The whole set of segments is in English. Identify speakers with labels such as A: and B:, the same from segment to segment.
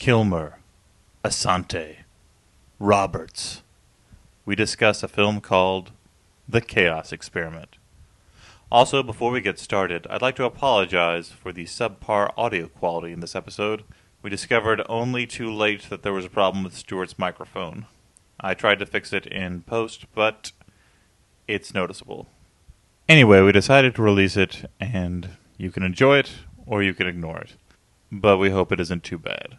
A: Kilmer, Asante, Roberts. We discuss a film called The Chaos Experiment. Also, before we get started, I'd like to apologize for the subpar audio quality in this episode. We discovered only too late that there was a problem with Stuart's microphone. I tried to fix it in post, but it's noticeable. Anyway, we decided to release it, and you can enjoy it or you can ignore it. But we hope it isn't too bad.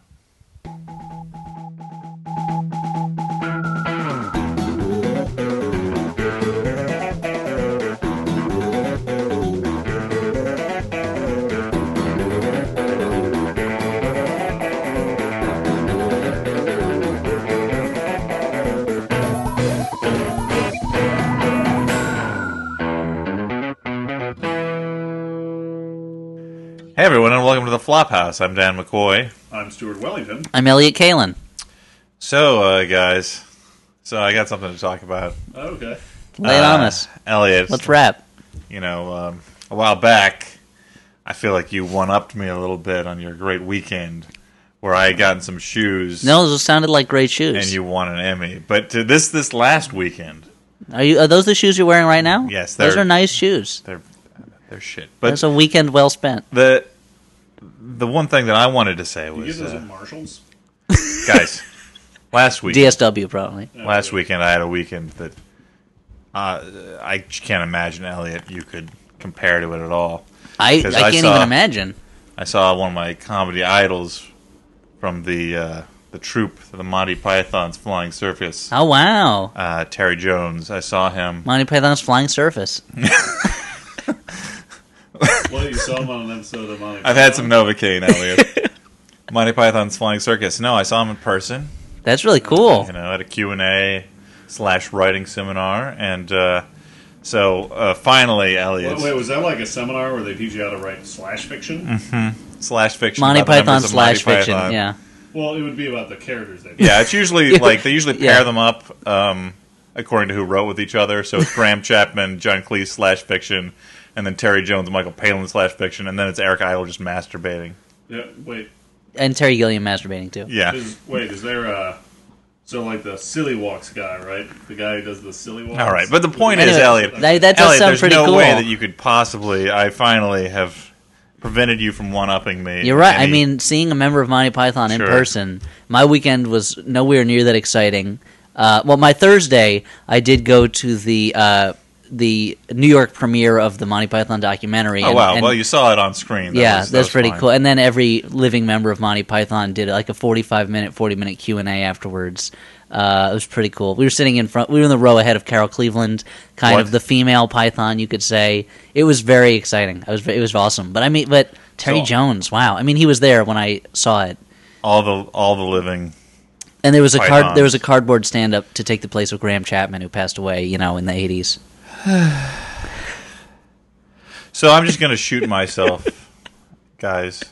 A: Hey everyone, and welcome to the Flophouse. I'm Dan McCoy.
B: I'm Stuart Wellington.
C: I'm Elliot Kalin.
A: So, uh, guys, so I got something to talk about.
B: Okay.
C: Lay it on
A: Uh,
C: us.
A: Elliot.
C: Let's rap.
A: You know, um, a while back, I feel like you one upped me a little bit on your great weekend, where I had gotten some shoes.
C: No, those sounded like great shoes.
A: And you won an Emmy, but to this this last weekend,
C: are you? Are those the shoes you're wearing right now?
A: Yes,
C: those
A: they're-
C: are nice shoes.
A: they're they're shit.
C: That's
A: But
C: a weekend well spent.
A: the the one thing that I wanted to say
B: You get
A: was,
B: those
A: uh,
B: at Marshalls?
A: guys, last week
C: DSW probably.
A: last weekend I had a weekend that uh, I can't imagine Elliot you could compare to it at all.
C: I, I
A: 'Cause
C: can't
A: I saw-
C: even imagine.
A: I saw one of my comedy idols from the uh, the troupe, the Monty Python's Flying Circus,
C: Oh wow,
A: uh, Terry Jones. I saw him.
C: Monty Python's Flying Surface.
B: Well, you saw him on an episode of Monty.
A: I've had some Novocaine, Elliot. Monty Python's Flying Circus. No, I saw him in person.
C: That's really cool.
A: You know, at a Q and A slash writing seminar, and uh, so uh, finally, Elliot
B: Wait, wait, was that like a seminar where they teach you how to write slash fiction?
A: Mm. slash fiction.
C: Monty
A: about the
C: Python
A: members of Monty
C: slash fiction.
A: Python.
C: Yeah,
B: Well, it would be about the characters they.
A: Yeah, it's usually
C: Yeah.
A: like they usually pair
C: Yeah.
A: them up um, according to who wrote with each other. So it's Graham Chapman, John Cleese slash fiction, and then Terry Jones, Michael Palin slash fiction, and then it's Eric Idle just masturbating.
B: Yeah, wait,
C: and Terry Gilliam masturbating too.
A: Yeah.
B: is, wait, is there a so like the silly walks guy, right? The guy who does the silly walks.
A: All right, but the point is,
C: Anyway,
A: Elliot,
C: that- that does
A: Elliot,
C: sound
A: there's
C: pretty
A: no
C: cool.
A: way that you could possibly. I finally have prevented you from one upping me.
C: You're
A: in
C: right. I
A: any-
C: mean, seeing a member of Monty Python
A: Sure.
C: in person, my weekend was nowhere near that exciting. Uh, well, my Thursday, I did go to the uh, the New York premiere of the Monty Python documentary.
A: oh
C: and-
A: wow.
C: and-
A: well, you saw it on screen. That
C: yeah,
A: was- that
C: that's
A: was
C: pretty
A: fine.
C: cool. And then every living member of Monty Python did like a forty-five minute, forty-minute Q and A afterwards. Uh, it was pretty cool. We were sitting in front. We were in the row ahead of Carol Cleveland, kind
A: What?
C: of the female Python, you could say. It was very exciting. I was. It was awesome. But I mean, but Terry
A: So-
C: Jones. Wow. I mean, he was there when I saw it.
A: All the all the living.
C: And there was a
A: Pythons.
C: card. There was a cardboard stand up to take the place of Graham Chapman, who passed away, you know, in the eighties.
A: So I'm just gonna shoot myself, guys.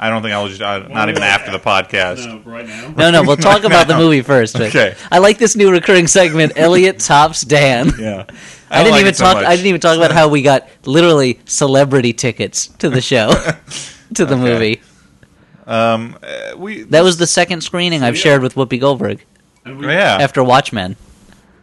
A: I don't think I was just I, not even after the podcast.
B: No, right now.
C: No, no, we'll talk about the movie first. But
A: Okay.
C: I like this new recurring segment. Elliot tops Dan.
A: Yeah,
C: I, didn't
A: like
C: even
A: it so
C: talk.
A: much.
C: I didn't even talk about how we got literally celebrity tickets to the show, to the movie.
A: Uh, We
C: That was the second screening I've
B: yeah.
C: shared with Whoopi Goldberg
B: And we,
A: yeah.
C: after Watchmen.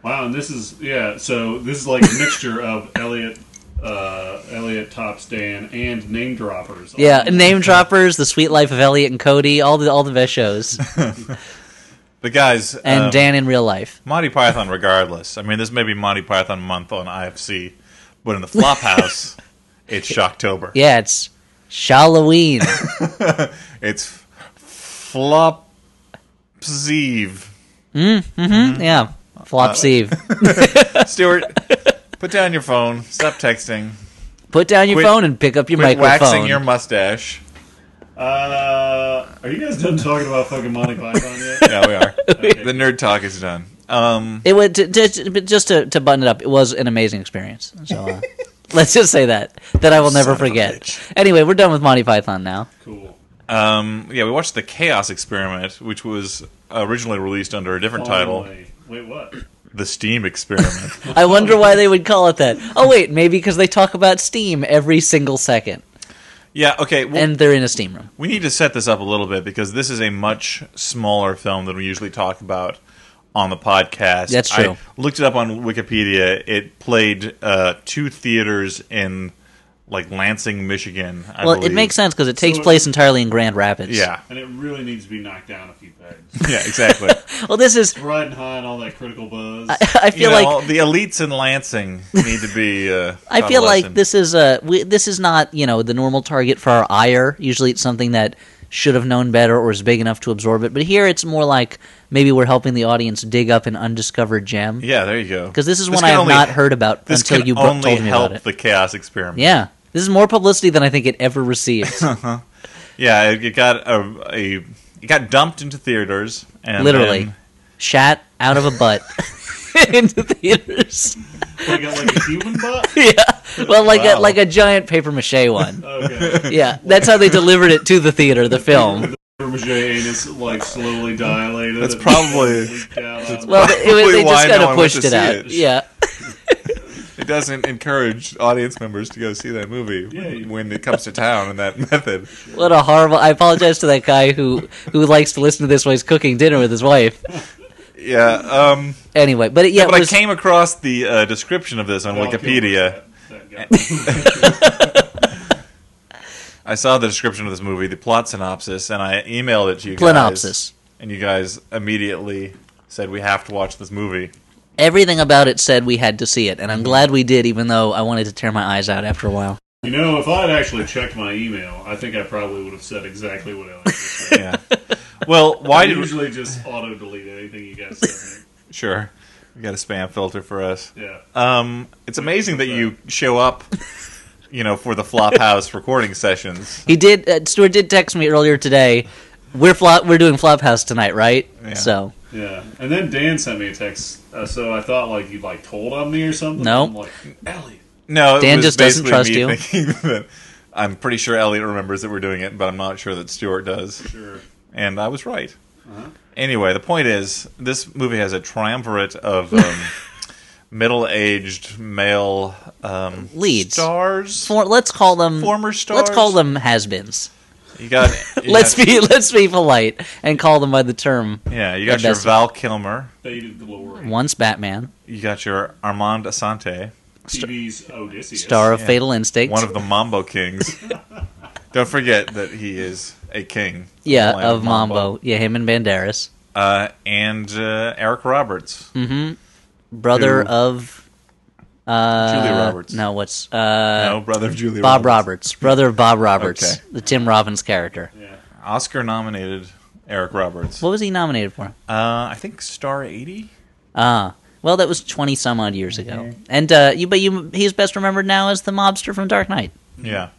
B: Wow, and this is yeah. So this is like a mixture of Elliot, uh, Elliot Tops Dan, and name droppers. Um,
C: Yeah, Name Droppers, The Sweet Life of Elliot and Cody, all the all the best shows,
A: but guys,
C: and
A: um,
C: Dan in real life.
A: Monty Python. Regardless, I mean, this may be Monty Python month on IFC, but in the flop house, it's Shocktober.
C: Yeah, it's Halloween.
A: It's flop eve.
C: yeah, Flop
A: Uh,
C: Eve.
A: Stuart, put down your phone. Stop texting.
C: Put down your
A: Quit-
C: phone and pick up your
A: Quit
C: microphone.
A: waxing your mustache.
B: Uh, are you guys done talking about fucking Monty Python yet?
A: Yeah, we are. The nerd talk is done. Um,
C: It would to, to, but just to, to button it up. It was an amazing experience. So uh, let's just say that that I will
A: Son
C: never
A: of a
C: forget.
A: bitch.
C: Anyway, we're done with Monty Python now.
B: Cool.
A: um, yeah, we watched the Chaos Experiment, which was originally released under a
B: Oh,
A: different title,
B: Finally. Wait, what?
A: The Steam Experiment.
C: I wonder why they would call it that. Oh wait, maybe because they talk about Steam every single second.
A: Yeah, okay. Well,
C: and they're in a steam room.
A: we need to set this up a little bit because this is a much smaller film than we usually talk about on the podcast.
C: That's true.
A: I looked it up on Wikipedia. It played uh, two theaters in like Lansing, Michigan. I
C: well,
A: believe.
C: it makes sense because it takes
B: So-
C: place entirely in Grand Rapids.
A: Yeah,
B: And it really needs to be knocked down a few pegs.
A: yeah, exactly.
C: Well, this is.
B: Riding high and all that critical buzz.
A: Uh,
C: I
A: you
C: feel like
A: know, the elites in Lansing need to be. Uh,
C: I
A: taught
C: feel
A: a
C: like
A: lesson.
C: this is a we, this is not you know the normal target for our ire. Usually, it's something that should have known better or is big enough to absorb it. But here, it's more like maybe we're helping the audience dig up an undiscovered gem
A: Yeah, there you go.
C: because this is
A: This
C: one
A: can
C: I have
A: only-
C: not heard about
A: This
C: until
A: can
C: you bu-
A: only
C: told me
A: help
C: about it.
A: the chaos experiment.
C: yeah, this is more publicity than I think it ever received.
A: yeah. It, it got a, a it got dumped into theaters and
C: Literally,
A: then-
C: shat out of a butt into theaters.
B: They got like a human butt.
C: yeah, well, like a
A: Wow.
C: like a giant paper mache one.
B: Okay.
C: Yeah, that's how they delivered it to the theater, the film.
B: Vermicelli anus like slowly dilated.
A: That's probably-
B: Leaked out.
C: Well, they, it was,
A: Probably
C: they
A: why
C: just
A: no
C: kind
A: one
C: of
A: went
C: pushed
A: to
C: it
A: see
C: out.
A: it.
C: Yeah,
A: it doesn't encourage audience members to go see that movie
B: Yeah, you-
A: when it comes to town and that method.
C: what a horrible. I apologize to that guy who who likes to listen to this while he's cooking dinner with his wife.
A: Yeah, um,
C: Anyway, but it, yeah,
A: but
C: it
A: I
C: was,
A: came across the uh, description of this on
B: Val
A: Wikipedia.
B: Kilmer, that- that guy.
A: I saw the description of this movie, the plot synopsis, and I emailed it to you guys.
C: Plinopsis.
A: And you guys immediately said we have to watch this movie.
C: everything about it said we had to see it, and I'm glad we did, even though I wanted to tear my eyes out after a while.
B: you know, if I had actually checked my email, I think I probably would have said exactly what Elliot just said.
A: Yeah. well, why
B: I
A: did
B: usually just auto delete anything you guys said.
A: sure? We got a spam filter for us.
B: Yeah.
A: Um, it's amazing that you show up, you know, for the Flophouse recording sessions.
C: He did. Uh, Stuart did text me earlier today. We're flop. We're doing Flophouse tonight, right?
A: Yeah.
C: So
B: Yeah, and then Dan sent me a text, uh, so I thought like you like told on me or something.
C: No.
B: I'm like Elliot.
A: No, it
C: Dan
A: was
C: just doesn't
A: basically
C: trust
A: me
C: you.
A: thinking that- I'm pretty sure Elliot remembers that we're doing it, but I'm not sure that Stuart does.
B: Sure.
A: And I was right.
B: Uh-huh.
A: Anyway, the point is, this movie has a triumvirate of um, middle-aged male um,
C: Leads.
A: stars.
C: for, let's call them
A: Former
C: Let's call
A: stars?
C: them has-beens.
A: You got. you
C: Let's
A: got-
C: be let's be polite and call them by the term.
A: Yeah, you got
C: the
A: your
C: best.
A: Val Kilmer.
B: Faded glory.
C: Once Batman,
A: You got your Armand Asante,
B: TV's Odysseus.
C: star of
A: Yeah.
C: Fatal Instinct,
A: one of the Mambo Kings. Don't forget that he is a king.
C: Yeah,
A: the land
C: of Mambo. Yeah, him and Banderas.
A: Uh, and uh, Eric Roberts.
C: hmm Brother
A: Who-
C: of uh,
A: Julia Roberts.
C: No, what's uh,
A: no, brother of Julia
C: Bob
A: Roberts.
C: Roberts. Brother of Bob Roberts,
A: Okay.
C: the Tim Robbins character.
B: Yeah.
A: Oscar nominated Eric Roberts.
C: What was he nominated for?
A: Uh, I think Star 80?
C: Ah, well, that was twenty some odd years ago. And uh, you, but you, he's best remembered now as the mobster from Dark Knight.
A: Yeah.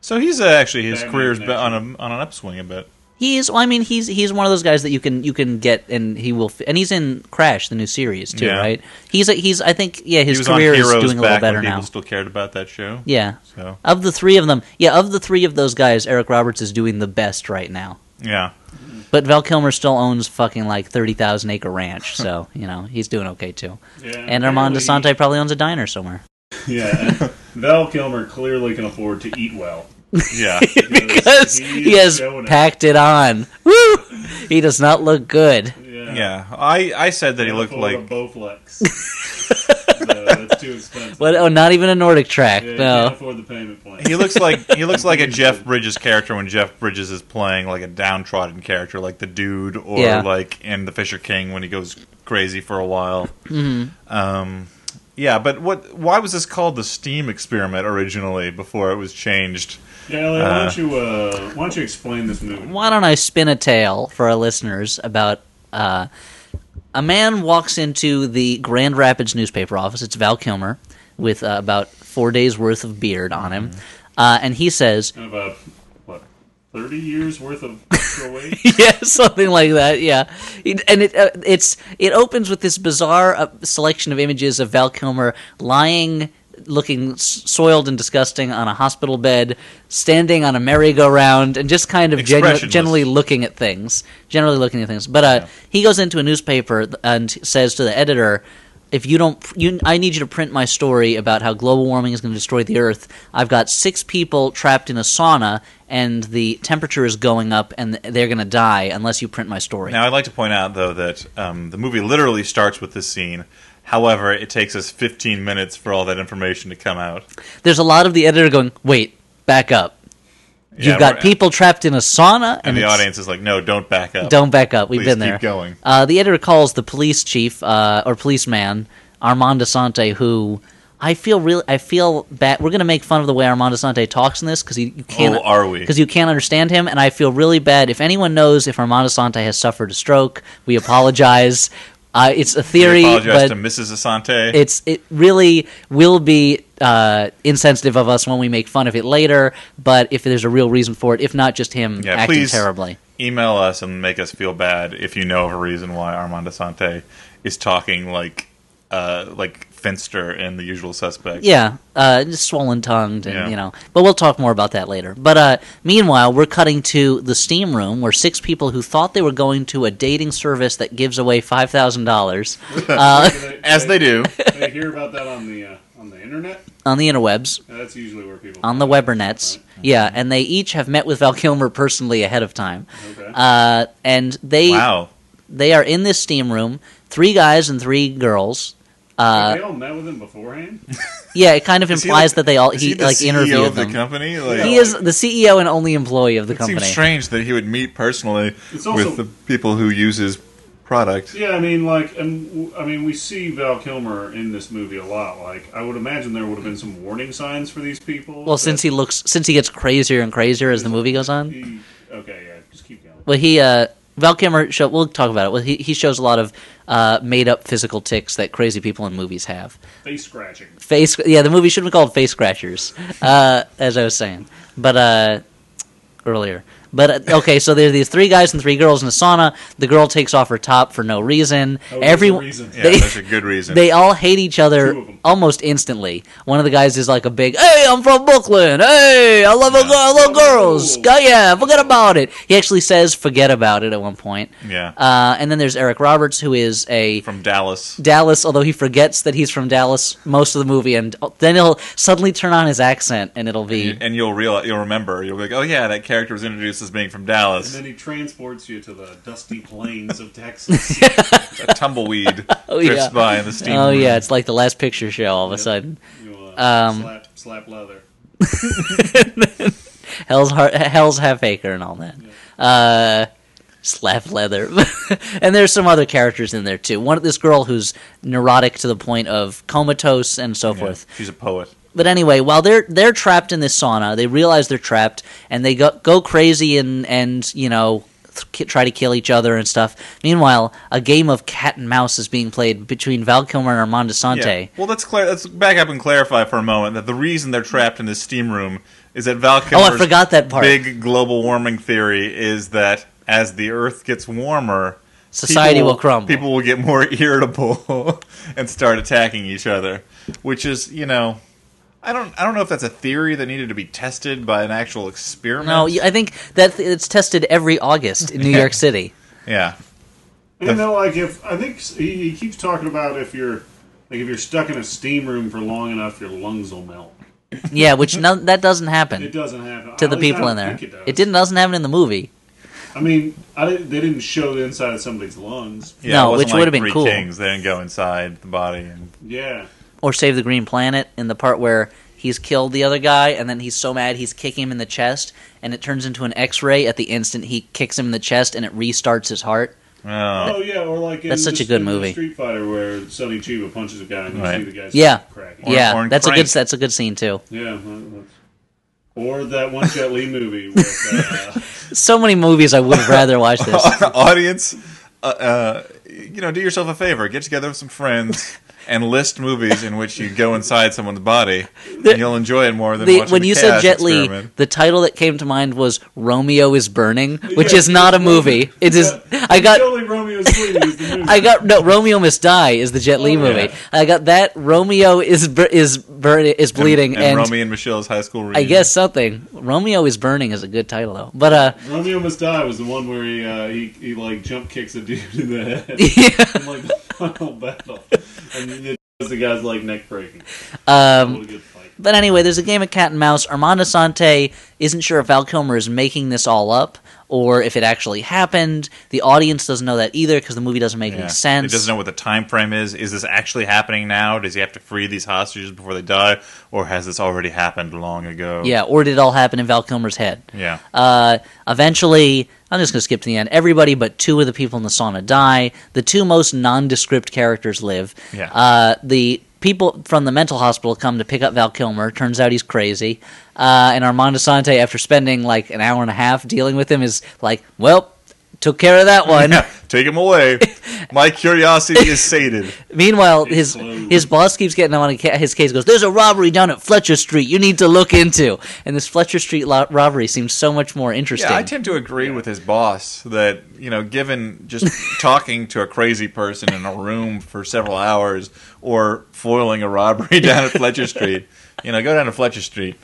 A: So he's uh, actually, his
B: Batman
A: career's Mm-hmm. been
B: connection.
A: on, a, on an upswing a bit.
C: He is. Well, I mean, he's he's one of those guys that you can you can get, and he will. F- and he's in Crash, the new series too,
A: Yeah.
C: right? He's a, he's. I think yeah,
A: He
C: his
A: was on
C: career is
A: Heroes
C: doing a little
A: back
C: better
A: when
C: now.
A: people still cared about that show.
C: Yeah.
A: So,
C: Of the three of them, yeah, of the three of those guys, Eric Roberts is doing the best right now.
A: yeah.
C: But Val Kilmer still owns fucking like thirty thousand acre ranch, so you know he's doing okay too.
B: yeah
C: And Armand
B: apparently-
C: DeSante probably owns a diner somewhere
B: Yeah. and Val Kilmer clearly can afford to eat well.
A: Yeah.
C: because he
B: is
C: has
B: showing it.
C: packed it on. Woo! He does not look good.
B: Yeah.
A: yeah. I, I said that he looked
B: Afford
A: like.
B: a Bowflex. so that's too expensive.
C: But oh, not even a Nordic track.
B: yeah, you can't
C: no,
B: afford the payment plan.
A: He looks like he looks like a Jeff Bridges character when Jeff Bridges is playing like a downtrodden character, like the dude, or
C: Yeah.
A: like in The Fisher King when he goes crazy for a while.
C: Mm-hmm.
A: Um, yeah, but what? Why was this called the Steam Experiment originally before it was changed?
B: Yeah, Elliot, why
A: Uh,
B: don't you uh, why don't you explain this movie?
C: why don't I spin a tale for our listeners about uh, a man walks into the Grand Rapids newspaper office. It's Val Kilmer with uh, about four days worth of beard on him, uh, and he says,
B: Kind of a what? Thirty years worth of extra weight.
C: yeah, something like that. Yeah, It- and it uh, it's it opens with this bizarre uh, selection of images of Val Kilmer lying, looking s- soiled and disgusting on a hospital bed, standing on a merry-go-round, and just kind of genu-
A: Expressionless.
C: generally looking at things. Generally looking at things. But uh, he goes into a newspaper th- and says to the editor. if you don't you i need you to print my story about how global warming is going to destroy the earth i've got six people trapped in a sauna and the temperature is going up and they're going to die unless you print my story
A: Now, I'd like to point out, though, that um, the movie literally starts with this scene. However, it takes us 15 minutes for all that information to come out.
C: there's a lot of the editor going wait back up you've
A: Yeah,
C: got
A: we're-
C: people trapped in a sauna and,
A: And the
C: it's-
A: audience is like, no, don't back up.
C: don't back up we've
A: Oh, Please
C: been
A: keep
C: there
A: going.
C: Uh, the editor calls the police chief uh, or policeman Armand Desante, who I feel really I feel bad. We're gonna make fun of the way Armand Desante talks in this because you can't.
A: Oh, are we?
C: Because you can't understand him, and I feel really bad. If anyone knows if Armand Desante has suffered a stroke, we apologize. uh, it's a theory,
A: We apologize
C: but
A: to Mrs. Asante.
C: it's it really will be uh, insensitive of us when we make fun of it later. But if there's a real reason for it, if not just him
A: Yeah,
C: acting
A: please.
C: terribly.
A: Email us and make us feel bad if you know of a reason why Armand Asante is talking like uh, like Finster in The Usual Suspect.
C: Yeah, uh, just swollen tongued, and
A: Yeah.
C: you know. But we'll talk more about that later. But uh, meanwhile, we're cutting to the steam room where six people who thought they were going to a dating service that gives away five thousand dollars Uh,
A: As they do.
B: They hear about that on the uh, on the internet.
C: on the interwebs,
B: That's usually where people
C: on the webernets. Yeah, and they each have met with Val Kilmer personally ahead of time,
B: Okay.
C: uh, and they
A: wow.
C: they are in this steam room. Three guys and three girls.
B: Have
C: Uh,
B: they all met with him beforehand.
C: yeah, it kind of
A: Is he,
C: implies
A: like-
C: that they all
A: Is
C: he,
A: the
C: like
A: CEO
C: interviewed
A: of the
C: them.
A: company? Like,
C: he is the CEO and only employee of the
A: it
C: company.
A: seems strange that he would meet personally
B: It's also-
A: with the people who use his product.
B: Yeah, I mean, like, and w- I mean, we see Val Kilmer in this movie a lot. Like, I would imagine there would have been some warning signs for these people.
C: Well, since he looks, since he gets crazier and crazier as the movie goes on,
B: he, okay, yeah, just keep going.
C: well, he uh, Val Kilmer show. We'll talk about it. Well, he he shows a lot of uh, made up physical ticks that crazy people in movies have.
B: Face scratching.
C: Face, yeah, the movie should have been called Face Scratchers, uh, as I was saying, but uh, earlier. But uh, okay, so there are these three guys and three girls in a sauna. The girl takes off her top for no reason.
B: Oh, there's a
C: Everyone,
B: reason.
A: Yeah,
C: They-
A: that's a good reason.
C: They all hate each
B: Two
C: other
B: of 'em.
C: almost instantly. One of the guys is like a big, "Hey, I'm from Brooklyn. Hey, I love a girl, I love girls.
B: Ooh.
C: Oh, yeah, forget about it." He actually says "forget about it" at one point.
A: yeah.
C: Uh, and then there's Eric Roberts, who is a
A: From Dallas.
C: Dallas, although he forgets that he's from Dallas most of the movie, and then he'll suddenly turn on his accent, and it'll be
A: And you'll real you'll remember you'll be like oh yeah that character was introduced as being from Dallas
B: And then he transports you to the dusty plains of Texas.
A: a tumbleweed
C: Oh,
A: drifts
C: yeah.
A: by in the steam
C: oh
A: room.
C: yeah, it's like the last picture show all of a sudden.
B: You, uh,
C: Um,
B: slap, slap leather.
C: Hell's Har- Hell's Half Acre and all that. Uh, slap leather, and there's some other characters in there too. One of this girl who's neurotic to the point of comatose and so
A: Yeah,
C: forth.
A: she's a poet
C: But anyway, while they're they're trapped in this sauna, they realize they're trapped and they go go crazy and and you know th- ki- try to kill each other and stuff. Meanwhile, a game of cat and mouse is being played between Val Kilmer and Armand Desante.
A: Well, let's clar- let's back up and clarify for a moment that the reason they're trapped in this steam room is that Val
C: Oh,
A: Kilmer's
C: I forgot that part.
A: big global warming theory is that as the Earth gets warmer,
C: Society
A: people-
C: will crumble.
A: People will get more irritable and start attacking each other, which is you know. I don't. I don't know if that's a theory that needed to be tested by an actual experiment.
C: No, y- I think that th- it's tested every August in New York City.
A: Yeah.
B: And then, like, if I think s- he, he keeps talking about if you're like if you're stuck in a steam room for long enough, your lungs will melt.
C: Yeah, which no, that doesn't
B: It
C: happen
B: doesn't happen
C: to
B: At
C: the
B: least I
C: people
B: don't
C: in there.
B: think
C: It,
B: does.
C: didn't doesn't happen in the movie.
B: I mean, I didn't, they didn't show the inside of somebody's lungs.
A: Yeah,
C: No,
A: it wasn't
C: which
A: like
C: would've been
A: Three
C: cool.
A: Kings. They didn't go inside the body. And,
B: Yeah.
C: Or Save the Green Planet in the part where he's killed the other guy and then he's so mad he's kicking him in the chest and it turns into an X-ray at the instant he kicks him in the chest and it restarts his heart.
A: oh,
B: Oh yeah, or like in
C: Uh, That's
B: the-
C: such a good
B: in the
C: movie.
B: Street Fighter, where Sonny Chiba punches a guy and you
A: Right.
B: see the guy's
C: Yeah.
B: cracking.
A: Or-
C: yeah,
A: or in
C: that's a good
A: Crank.
C: that's a good scene too.
B: Yeah, that- that's- or that one Jet Li movie with uh,
C: So many movies I would have rather watched this.
A: audience, uh, uh, you know, do yourself a favor. Get together with some friends and list movies in which you go inside someone's body. and you'll enjoy it more than
C: The,
A: watching
C: when
A: the
C: you
A: Chaos
C: said Jet Li,
A: Experiment.
C: the title that came to mind was Romeo is Burning, which
B: Yeah,
C: is not a
B: yeah.
C: movie. It is
B: Yeah.
C: I got
B: Totally Romeo and Juliet is the movie.
C: I got no Romeo Must Die is the Jet Li
B: Oh,
C: movie.
A: yeah.
C: I got that Romeo is bur- is burn- is bleeding
A: and,
C: and,
A: Romy and Michelle's high school reunion.
C: I guess something. Romeo is burning is a good title though. But uh
B: Romeo Must Die was the one where he uh, he, he like jump kicks a dude in the head
C: yeah,
B: in like the final battle. and it does the guy's like neck breaking.
C: Um,
B: What a good fight.
C: but anyway, there's a game of cat and mouse. Armando Sante isn't sure if Val Kilmer is making this all up or if it actually happened. The audience doesn't know that either because the movie doesn't make
A: Yeah.
C: any sense.
A: It doesn't know what the time frame is. Is this actually happening now? Does he have to free these hostages before they die, or has this already happened long ago?
C: Yeah, or did it all happen in Val Kilmer's head?
A: yeah.
C: Uh, eventually, I'm just going to skip to the end. Everybody but two of the people in the sauna die. The two most nondescript characters live.
A: Yeah.
C: Uh, the people from the mental hospital come to pick up Val Kilmer. Turns out he's crazy. Uh, and Armando Sante, after spending like an hour and a half dealing with him, is like, well, took care of that one.
A: Yeah, take him away. My curiosity is sated.
C: Meanwhile, his
B: closed.
C: his boss keeps getting on ca- his case. Goes, there's a robbery down at Fletcher Street. You need to look into. And this Fletcher Street lo- robbery seems so much more interesting.
A: Yeah, I tend to agree with his boss that you know, given just talking to a crazy person in a room for several hours or foiling a robbery down at Fletcher Street, you know, go down to Fletcher Street.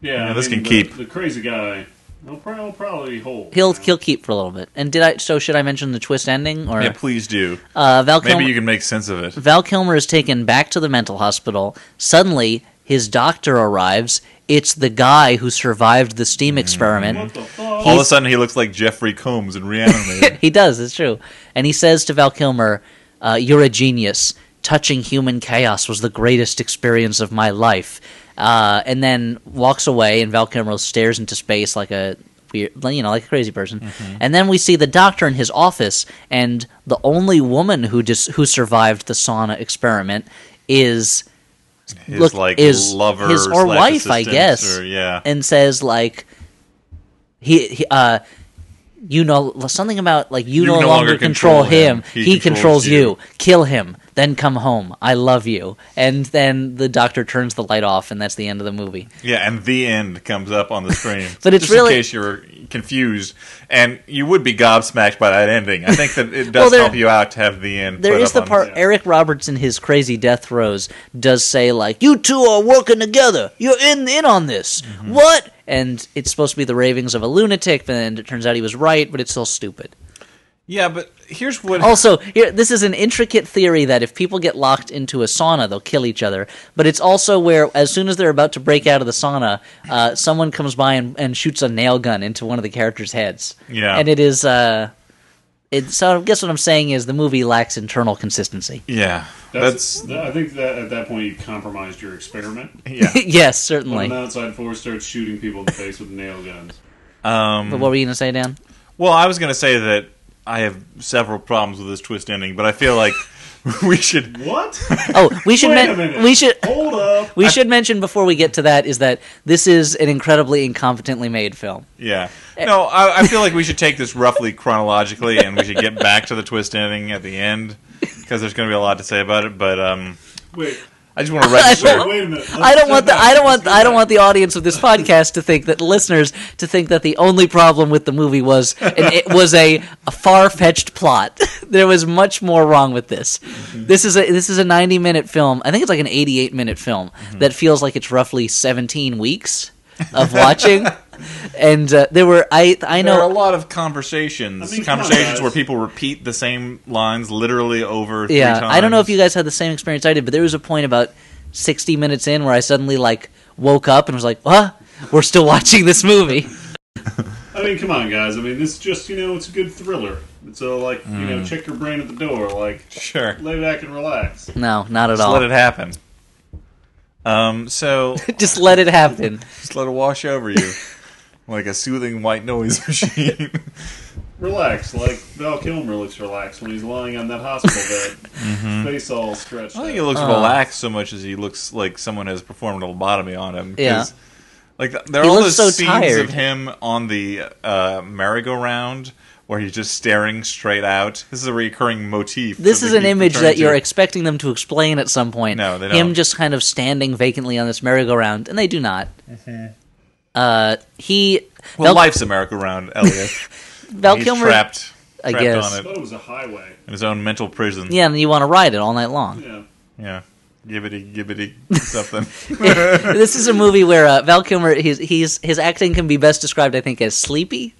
B: Yeah,
A: Yeah,
B: I
A: this can
B: mean, the,
A: keep.
B: the crazy guy. He'll probably, he'll probably hold.
C: he'll
B: you know?
C: he'll keep for a little bit. And did I? So should I mention the twist ending or
A: Yeah, please do.
C: uh, Val Kilmer?
A: Maybe you can make sense of it.
C: Val Kilmer is taken back to the mental hospital. Suddenly, his doctor arrives. It's the guy who survived the steam
A: Mm.
B: What
C: experiment.
B: the fuck?
A: All of a sudden, he looks like Jeffrey Combs in Reanimator.
C: he does. It's true. And he says to Val Kilmer, uh, "You're a genius. Touching human chaos was the greatest experience of my life." Uh, and then walks away, and Val Kilmer stares into space like a weird, you know, like a crazy person. And then we see the doctor in his office, and the only woman who dis- who survived the sauna experiment is
A: His
C: Look,
A: like
C: is-
A: lover
C: his-
A: slash
C: or wife, I
A: assistant
C: guess.
A: or- yeah.
C: and says like he, he uh you know something about like you, no, longer, control, him, he, controls, you. kill him then come home i love you and then the doctor turns the light off and that's the end of the movie
A: Yeah, and the end comes up on the screen.
C: But it's
A: just
C: really-
A: in case you're confused, and you would be gobsmacked by that ending. I think that it does
C: Well, there-
A: help you out to have the end.
C: there
A: put
C: is
A: up
C: the
A: on-
C: part eric roberts in his crazy death throes does say like you two are working together you're in in on this what and it's supposed to be the ravings of a lunatic but then it turns out he was right but it's still stupid
A: Yeah, but here's what.
C: Also, here, this is an intricate theory that if people get locked into a sauna, they'll kill each other. But it's also where, as soon as they're about to break out of the sauna, uh, someone comes by and, and shoots a nail gun into one of the characters' heads.
A: Yeah.
C: and it is. Uh, it, so I guess what I'm saying is the movie lacks internal consistency.
A: yeah, that's,
B: That's, that- I think that at that point you compromised your experiment.
A: yeah.
C: yes,
B: When an
C: certainly.
B: outside force starts shooting people in the face with nail guns.
C: But what were you going to say, Dan?
A: Well, I was going to say that I have several problems with this twist ending, but I feel like we should.
B: What?
C: Oh, we should.
B: Wait a
C: men-
B: minute.
C: we should.
B: Hold up.
C: We should mention before we get to that is that this is an incredibly incompetently made film.
A: Yeah.
C: Eh.
A: No, I, I feel like we should take this roughly chronologically, and we should get back to the twist ending at the end because there's going to be a lot to say about it. But um,
B: Wait.
A: I just want to
B: Wait,
A: register.
B: wait a minute. Let's
C: I don't
B: go
C: want the
B: back.
C: I don't
B: Let's
C: want
B: go
C: I don't
B: back.
C: want the audience of this podcast to think that the listeners to think that the only problem with the movie was and it was a, a far fetched plot. there was much more wrong with this. This is a this is a ninety minute film. I think it's like an eighty eight minute film that feels like it's roughly seventeen weeks of watching. and uh, there were I I
A: There are a
C: know
A: lot of conversations,
B: I mean, come on,
A: conversations
B: guys.
A: where people repeat the same lines literally over. Three
C: yeah
A: times.
C: I don't know if you guys had the same experience I did, but there was a point about sixty minutes in where I suddenly like woke up and was like, what? We're still watching this movie.
B: I mean, come on, guys. I mean, this is just you know, it's a good thriller. So like, you
A: Mm.
B: know, check your brain at the door. Like,
A: sure.
B: lay back and relax.
C: No, not at
A: Just
C: all.
A: let it happen. Um. So
C: just let it happen.
A: just let it wash over you like a soothing white noise machine.
B: Relax, like Val Kilmer looks relaxed when he's lying on that hospital bed,
A: Mm-hmm.
B: face all stretched.
A: I don't think he
B: out.
A: looks
C: Uh.
A: relaxed so much as he looks like someone has performed a lobotomy on him. 'cause,
C: Yeah.
A: Like th- there are
C: He
A: all
C: looks
A: those
C: so
A: scenes
C: tired.
A: of him on the uh, merry-go-round where he's just staring straight out. This is a recurring motif.
C: This
A: that
C: is
A: they
C: an
A: keep
C: image
A: returning
C: that you're
A: to.
C: expecting them to explain at some point.
A: No, they
C: Him
A: don't.
C: just kind of standing vacantly on this merry-go-round, and they do not. Uh, he
A: Mm-hmm. well,
C: Val,
A: life's a merry-go-round, Elliot.
C: Val
A: he's
C: Kilmer.
A: trapped,
C: I
A: trapped
C: guess.
B: I
A: on it
B: thought it was a highway.
A: in his own mental prison.
C: Yeah, and you want to ride it all night long.
B: Yeah.
A: yeah. Gibbity, gibbity, something.
C: this is a movie where uh, Val Kilmer, he's, he's his acting can be best described, I think, as sleepy.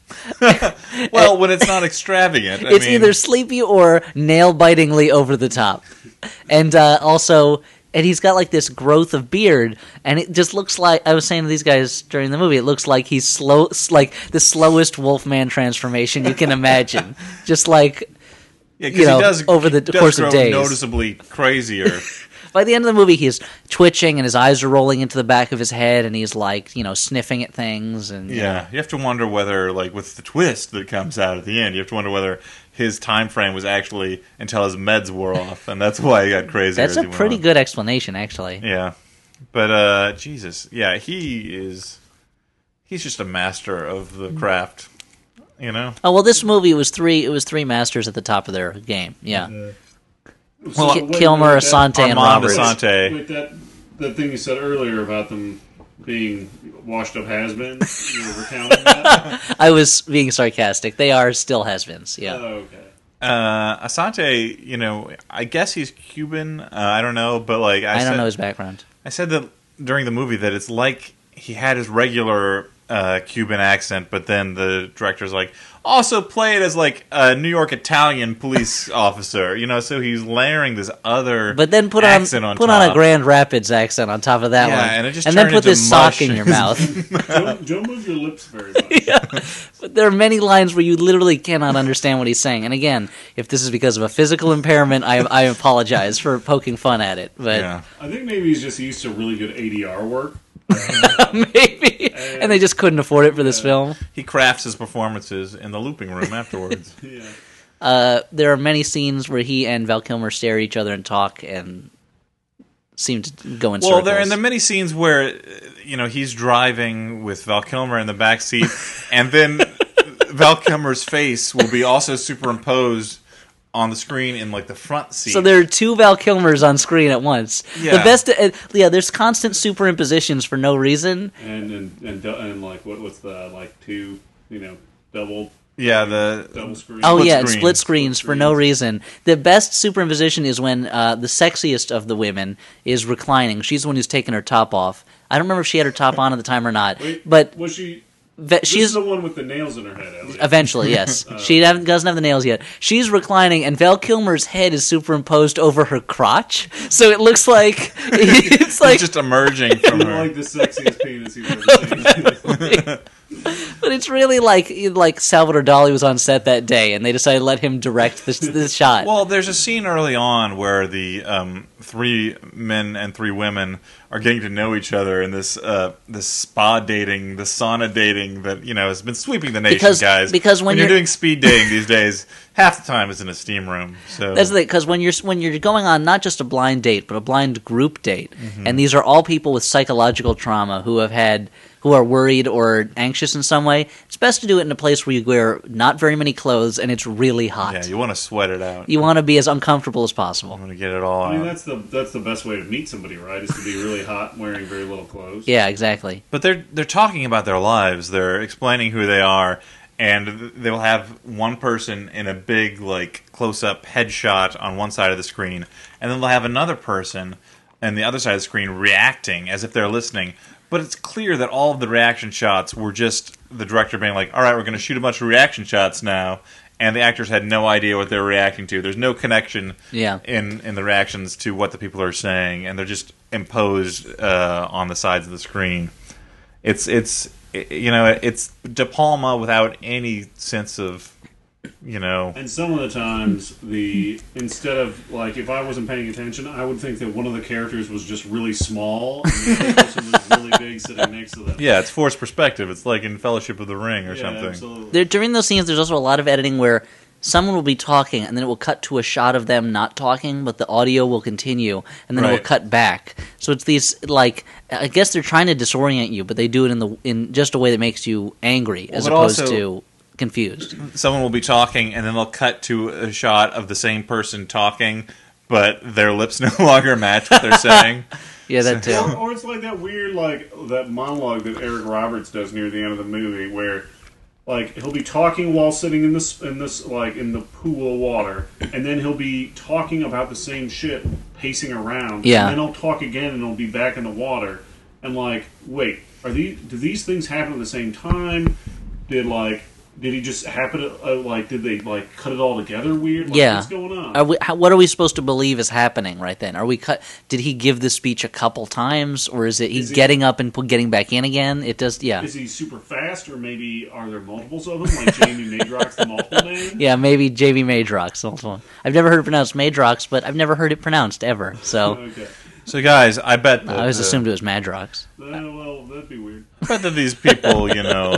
A: well, when it's not extravagant, I
C: it's
A: mean,
C: either sleepy or nail bitingly over the top. and uh, also and he's got like this growth of beard and it just looks like i was saying to these guys during the movie it looks like he's slow s- like the slowest wolfman transformation you can imagine just like
A: Yeah,
C: You
A: because
C: know,
A: he does
C: over the
A: he does
C: course
A: grow
C: of days.
A: noticeably crazier.
C: by the end of the movie he's twitching and his eyes are rolling into the back of his head and he's like you know sniffing at things and
A: yeah, you have to wonder whether, like, with the twist that comes out at the end, you have to wonder whether his time frame was actually until his meds wore off, and that's why he got crazier.
C: that's
A: as
C: a
A: he went
C: pretty
A: on.
C: good explanation actually
A: Yeah, but uh, Jesus, yeah, he is. He's just a master of
C: Mm.
A: the craft, you know.
C: oh well this movie was three it was three masters at the top of their game yeah
B: So
C: Ki-
B: wait,
C: kilmer
B: wait, that-
C: asante and
A: Armand
C: roberts
A: Asante. Asante.
B: Wait, that that thing you said earlier about them being washed up has-beens. You were recounting that.
C: i was being sarcastic they are still has-beens yeah
B: Oh, okay.
A: Uh, Asante, you know, I guess he's Cuban. Uh, I don't know, but like I,
C: i
A: said,
C: don't know his background
A: I said that during the movie that it's like he had his regular uh, Cuban accent, but then the director's like, also play it as like a New York Italian police officer, you know. So he's layering this other,
C: But then put on,
A: accent on,
C: put
A: top.
C: on a Grand Rapids accent on top of that
A: Yeah,
C: one,
A: and it just
C: then
A: turned
C: put
A: into
C: this sock
A: mush.
C: in your mouth.
B: Don't, don't move your lips very much.
C: But there are many lines where you literally cannot understand what he's saying. And again, if this is because of a physical impairment, I I apologize for poking fun at it. But
A: Yeah.
B: I think maybe he's just used to really good ADR work.
C: maybe, and they just couldn't afford it for this film.
A: He crafts his performances in the looping room afterwards.
B: Yeah.
C: Uh, there are many scenes where he and Val Kilmer stare at each other and talk and seem to go in
A: Well,
C: circles.
A: there and there are many scenes where uh, you know he's driving with Val Kilmer in the back seat, and then Val Kilmer's face will be also superimposed on the screen in like the front seat.
C: So there are two Val Kilmers on screen at once. The
A: Yeah.
C: best, uh, yeah. There's constant superimpositions for no reason.
B: And and and, du- and like what what's the like two you know double
A: yeah, the
B: double screen.
C: Oh
A: Split
C: yeah,
A: screens.
C: split screens for no reason. The best superimposition is when uh, the sexiest of the women is reclining. She's the one who's taking her top off. I don't remember if she had her top on at the time or not,
B: Wait,
C: but
B: was she?
C: ve-
B: She's
C: she's
B: the one with the nails in her head. Elliot.
C: eventually yes.
A: Oh.
C: she haven't, doesn't have the nails yet. She's reclining, and Val Kilmer's head is superimposed over her crotch, so it looks like it's like
A: he's just emerging from
B: I
A: her.
B: like the sexiest penis you've ever seen.
C: But it's really like like Salvador Dali was on set that day, and they decided to let him direct this, this shot.
A: Well, there's a scene early on where the um, three men and three women are getting to know each other in this uh, this spa dating, the sauna dating that you know has been sweeping the nation,
C: Because-
A: guys.
C: because when
A: you're,
C: you're-
A: doing speed dating these days, half the time it's in a steam room. So
C: That's the thing, because when you're when you're going on not just a blind date, but a blind group date,
A: Mm-hmm.
C: and these are all people with psychological trauma who have had who are worried or anxious in some way. It's best to do it in a place where you wear not very many clothes and it's really hot.
A: yeah,
C: you
A: you Mm-hmm. want to sweat it out.
C: want to be as uncomfortable as possible.
A: want to get it all
B: I mean,
A: out.
B: that's the that's the best way to meet somebody, right? Is to be really hot, wearing very little clothes.
C: Yeah, exactly.
A: But they're they're talking about their lives. They're explaining who they are, and th- they'll have one person in a big like close up headshot on one side of the screen, and then they'll have another person on the other side of the screen reacting as if they're listening. But it's clear that all of the reaction shots were just the director being like, "All right, we're going to shoot a bunch of reaction shots now." And the actors had no idea what they were reacting to. There's no connection
C: Yeah.
A: in, in the reactions to what the people are saying, and they're just imposed uh, on the sides of the screen it's it's it- you know it's De Palma without any sense of you know
B: And some of the times, the instead of like if I wasn't paying attention, I would think that one of the characters was just really small, and the other person was really big sitting next to them.
A: yeah it's forced perspective it's like in Fellowship of the Ring or
B: Yeah,
A: something
B: absolutely.
C: There, during those scenes, there's also a lot of editing where someone will be talking and then it will cut to a shot of them not talking, but the audio will continue and then it will
A: Right.
C: cut back. So it's these like I guess they're trying to disorient you, but they do it in the in just a way that makes you angry as
A: but
C: opposed
A: also-
C: to confused.
A: someone will be talking and then they'll cut to a shot of the same person talking but their lips no longer match what they're saying
C: Yeah, that
B: Or,
C: too.
B: or it's like that weird like that monologue that Eric Roberts does near the end of the movie, where like he'll be talking while sitting in this in this like in the pool of water, and then he'll be talking about the same shit, pacing around.
C: Yeah.
B: And then he'll talk again, and he'll be back in the water, and like, wait, are these do these things happen at the same time? Did like Did he just happen to uh, like? Did they like cut it all together weird? Like,
C: yeah.
B: what's going on?
C: Are we, how, what are we supposed to believe is happening right then? Are we cut? Did he give the speech a couple times, or is it he
B: Is he-
C: getting up and pu- getting back in again? It does. Yeah.
B: Is he super fast, or maybe are there multiples of him? Like Jamie Madrox, the multiple man.
C: Yeah, maybe JV Madrox. that's one. I've never heard it pronounced Madrox, but I've never heard it pronounced ever. So
B: Okay.
A: So, guys, I bet that,
C: I always
A: uh,
C: assumed it was Madrox.
B: Uh, well, that'd be weird.
A: I bet that these people, you know,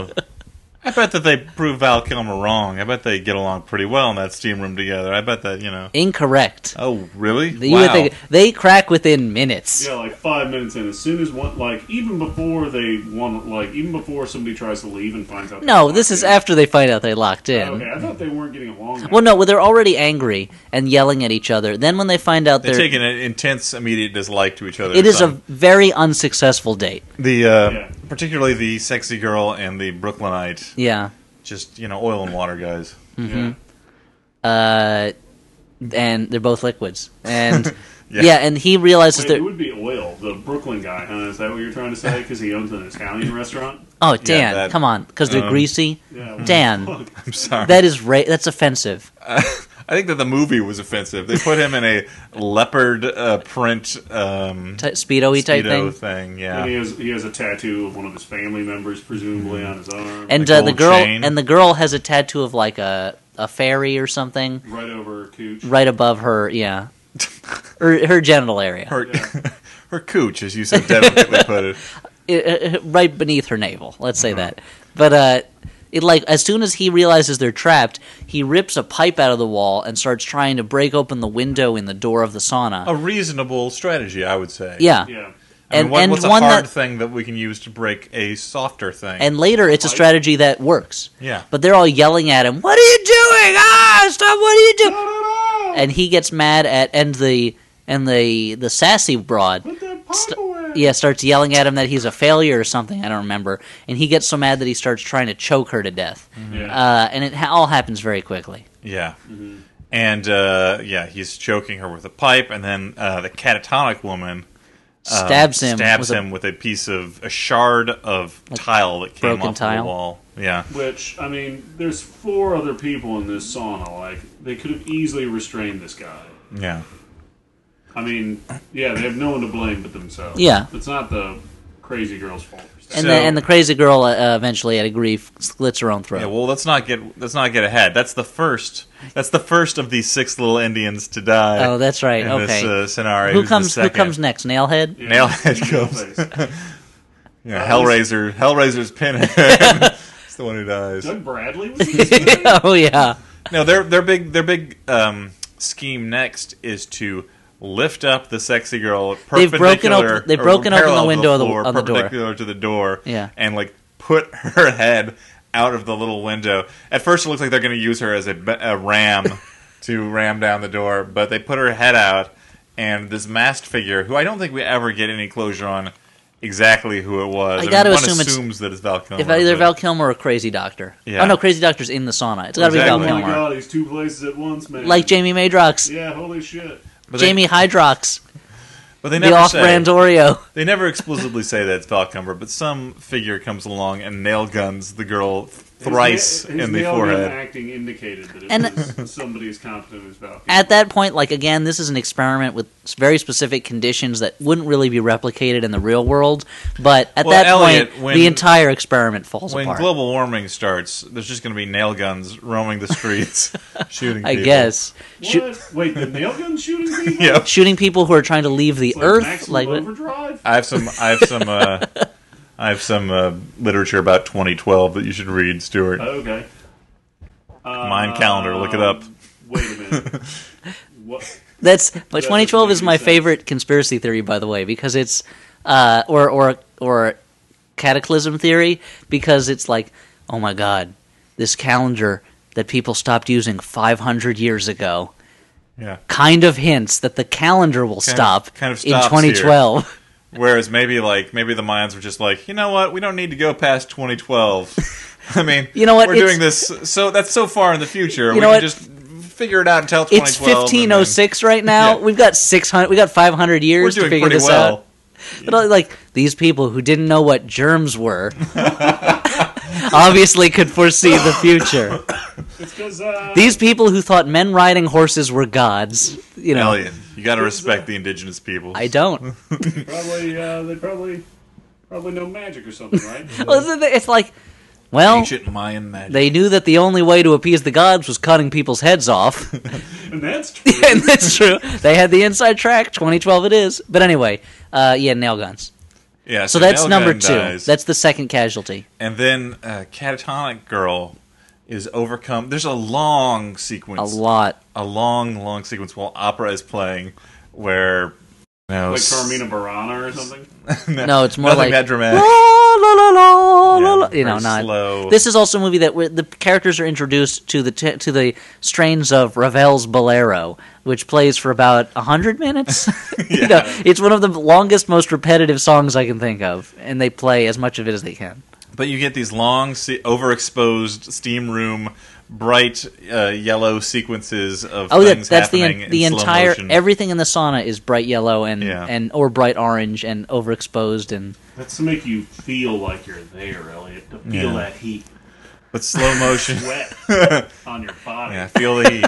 A: I bet that they prove Val Kilmer wrong. I bet they get along pretty well in that steam room together. I bet that you know.
C: Incorrect.
A: Oh, really?
C: You would think- they crack within minutes.
B: Yeah, like five minutes in. As soon as one, like even before they want, like even before somebody tries to leave and finds out. they
C: No,
B: locked
C: this is
B: in.
C: after they find out they locked in.
B: Okay, I thought they weren't getting along.
C: Well, no, well, they're already angry and yelling at each other. Then when they find out
A: They're
C: they're,
A: taking an intense, immediate dislike to each other.
C: it
A: or
C: is a
A: something.
C: very unsuccessful date.
A: the uh,
B: Yeah.
A: particularly the sexy girl and the Brooklynite,
C: Yeah.
A: just you know, oil and water guys.
C: mm-hmm.
B: Yeah.
C: uh, and they're both liquids. And yeah.
A: Yeah.
C: and he realizes
B: Wait,
C: that.
B: it would be oil, the Brooklyn guy, huh? Is that what you're trying to say? Because he owns an Italian restaurant.
C: Oh, Dan,
A: that-
C: come on, because they're
A: um,
C: greasy.
B: Yeah. well,
C: Dan.
B: fuck.
A: I'm sorry.
C: That is ra- that's offensive.
A: I think that the movie was offensive. They put him in a leopard uh, print um,
C: T- speedo-y type
A: speedo
C: thing.
A: thing.
B: And he
A: Yeah,
B: has he has a tattoo of one of his family members, presumably on his arm,
C: And
A: Like
C: uh, the
A: gold
C: girl
A: chain.
C: and the girl has a tattoo of like a a fairy or something
B: right over Cooch.
C: right above her. Yeah, her, her genital area,
A: her
B: Yeah.
A: her cooch, as you so delicately put it.
C: I- I- right beneath her navel. Let's
A: Mm-hmm.
C: say that. But uh, it like as soon as he realizes they're trapped, he rips a pipe out of the wall and starts trying to break open the window in the door of the sauna.
A: A reasonable strategy, I would say.
C: yeah.
B: Yeah.
A: Oh, I mean,
C: And-
A: what-
C: and
A: what's
C: one
A: a hard
C: that-
A: thing that we can use to break a softer thing?
C: And later, it's a
B: Right.
C: strategy that works.
A: yeah,
C: But they're all yelling at him, "What are you doing? Ah, stop! What are you doing?" And he gets mad at and the and the the sassy broad.
B: Put that pipe
C: St-
B: away.
C: Yeah, starts yelling at him that he's a failure or something. I don't remember. And he gets so mad that he starts trying to choke her to death.
A: Mm-hmm.
B: Yeah.
C: Uh, and it ha- all happens very quickly.
A: yeah, and uh, yeah, he's choking her with a pipe, and then uh, the catatonic woman uh,
C: Stabs him.
A: stabs
C: with a-
A: him with a piece of a shard of tile that came
C: broken
A: off
C: tile?
A: the wall. Yeah,
B: Which I mean, there's four other people in this sauna. Like they could have easily restrained this guy.
A: yeah.
B: I mean, yeah, they have no one to blame but themselves.
C: Yeah.
B: it's not the crazy girl's fault. per se.
C: and
A: So-
C: the and the crazy girl uh, eventually, out of grief, slits her own throat.
A: Yeah, well, let's not get let's not get ahead. That's the first. That's the first of these six little Indians to die.
C: oh, that's right.
A: in
C: Okay.
A: this uh, scenario.
C: who
A: Who's the
C: comes? Who
A: second?
C: comes next? Nailhead.
B: Yeah,
A: Nailhead
B: in
A: goes.
B: the face.
A: Yeah, Hellraiser. Hellraiser's pinhead. it's the one who dies.
B: Doug Bradley was in this?
C: oh yeah.
A: No, their their big their big um, scheme next is to lift up the sexy girl.
C: They've
A: perpendicular-
C: broken open- they've
A: or
C: broken open the
A: parallel to
C: window of the-
A: floor,
C: on the door.
A: perpendicular to the door.
C: Yeah.
A: and like put her head out of the little window. At first, it looks like they're going to use her as a, ba- a ram to ram down the door, but they put her head out, and this masked figure, who I don't think we ever get any closure on. Exactly who it was.
C: I
A: mean,
C: gotta
A: one
C: assume it's-
A: assumes that it's Val Kilmer.
C: If either
A: but-
C: Val Kilmer or Crazy Doctor.
A: Yeah.
C: Oh no, Crazy Doctor's in the sauna. It's got to
A: Exactly.
B: Oh
C: be
B: my
C: Val Kilmer.
B: god, he's two places at once, man.
C: Like Jamie Madrox,
B: yeah, holy shit.
A: but they-
C: Jamie Hydrox,
A: but they
C: the
A: never say.
C: off-brand Oreo.
A: They never explicitly say that it's Valcumber, but some figure comes along and nail guns the girl
B: His
A: thrice
B: na- his
A: in the
B: nail gun
A: forehead.
B: Acting indicated that it
C: And-
B: was somebody as competent as Val.
C: At that point, like again, this is an experiment with s- very specific conditions that wouldn't really be replicated in the real world. But at
A: Well,
C: that
A: Elliot,
C: point,
A: when-
C: the entire experiment falls
A: When
C: apart.
A: global warming starts, there's just going to be nail guns roaming the streets, shooting.
C: I
A: people.
C: guess Shoo-
B: What? Wait, the nail gun shooting people?
A: Yep.
C: shooting people who are trying to leave the
B: It's Like
C: earth,
B: Maximum
C: like
B: Overdrive?
A: I have some. I have some. Uh, I have some uh, literature about 2012 that you should read, Stuart.
B: okay. Um,
A: Mind calendar. Look it up.
B: Wait a minute. what?
C: That's but
B: doesn't
C: 2012
B: make
C: is my
B: any sense.
C: favorite conspiracy theory, by the way, because it's uh, or or or cataclysm theory because it's like, oh my god, this calendar that people stopped using 500 years ago
A: Yeah.
C: kind of hints that the calendar will stop
A: kind of
C: in
A: stops
C: 2012.
A: Whereas maybe like maybe the Mayans were just like, you know what, we don't need to go past 2012. I mean,
C: You know what,
A: we're
C: it's-
A: doing this so that's so far in the future. we
C: know
A: can
C: what?
A: just figure it out until 2012.
C: It's
A: and then-
C: 1506 right now.
A: Yeah.
C: We've got 600 we got 500
A: We're
C: years to
A: doing
C: figure
A: pretty
C: this uh,
A: well.
C: out. But like these people who didn't know what germs were obviously could foresee the future.
B: It's because uh,
C: These people who thought men riding horses were gods, you know,
A: Elliot, you got to respect the indigenous people.
C: I don't.
B: probably uh, they probably probably know magic or something, right?
C: Well, isn't it- it's like, well,
A: Ancient Mayan magic.
C: they knew that the only way to appease the gods was cutting people's heads off,
B: and that's true.
C: and that's true. They had the inside track. 2012, it is. But anyway, uh, yeah, nail guns.
A: yeah,
C: So that's
A: Nail
C: number
A: Gun
C: two.
A: dies.
C: That's the second casualty.
A: and then uh, Catatonic Girl is overcome. There's a long sequence.
C: A lot.
A: a long, long sequence while opera is playing, where you know,
B: Like
A: s-
B: Carmina Burana or something.
C: No, it's more
A: nothing
C: like
A: that
C: La,
A: dramatic.
C: la, la, la,
A: Yeah,
C: la, la. You know,
A: very
C: not
A: slow.
C: This is also a movie that where the characters are introduced to the t- to the strains of Ravel's Bolero, which plays for about hundred minutes. you know, it's one of the longest, most repetitive songs I can think of, and they play as much of it as they can.
A: But you get these long, se- overexposed steam room, bright uh, yellow sequences of
C: Oh, that,
A: things
C: that's the
A: happening in
C: en- the
A: slow
C: entire
A: motion.
C: everything in the sauna is bright yellow and
A: Yeah.
C: and or bright orange and overexposed and
B: That's to make you feel like you're there, Elliot. To
A: Yeah.
B: feel that heat,
A: but slow motion.
B: wet on your body.
A: yeah, feel the heat.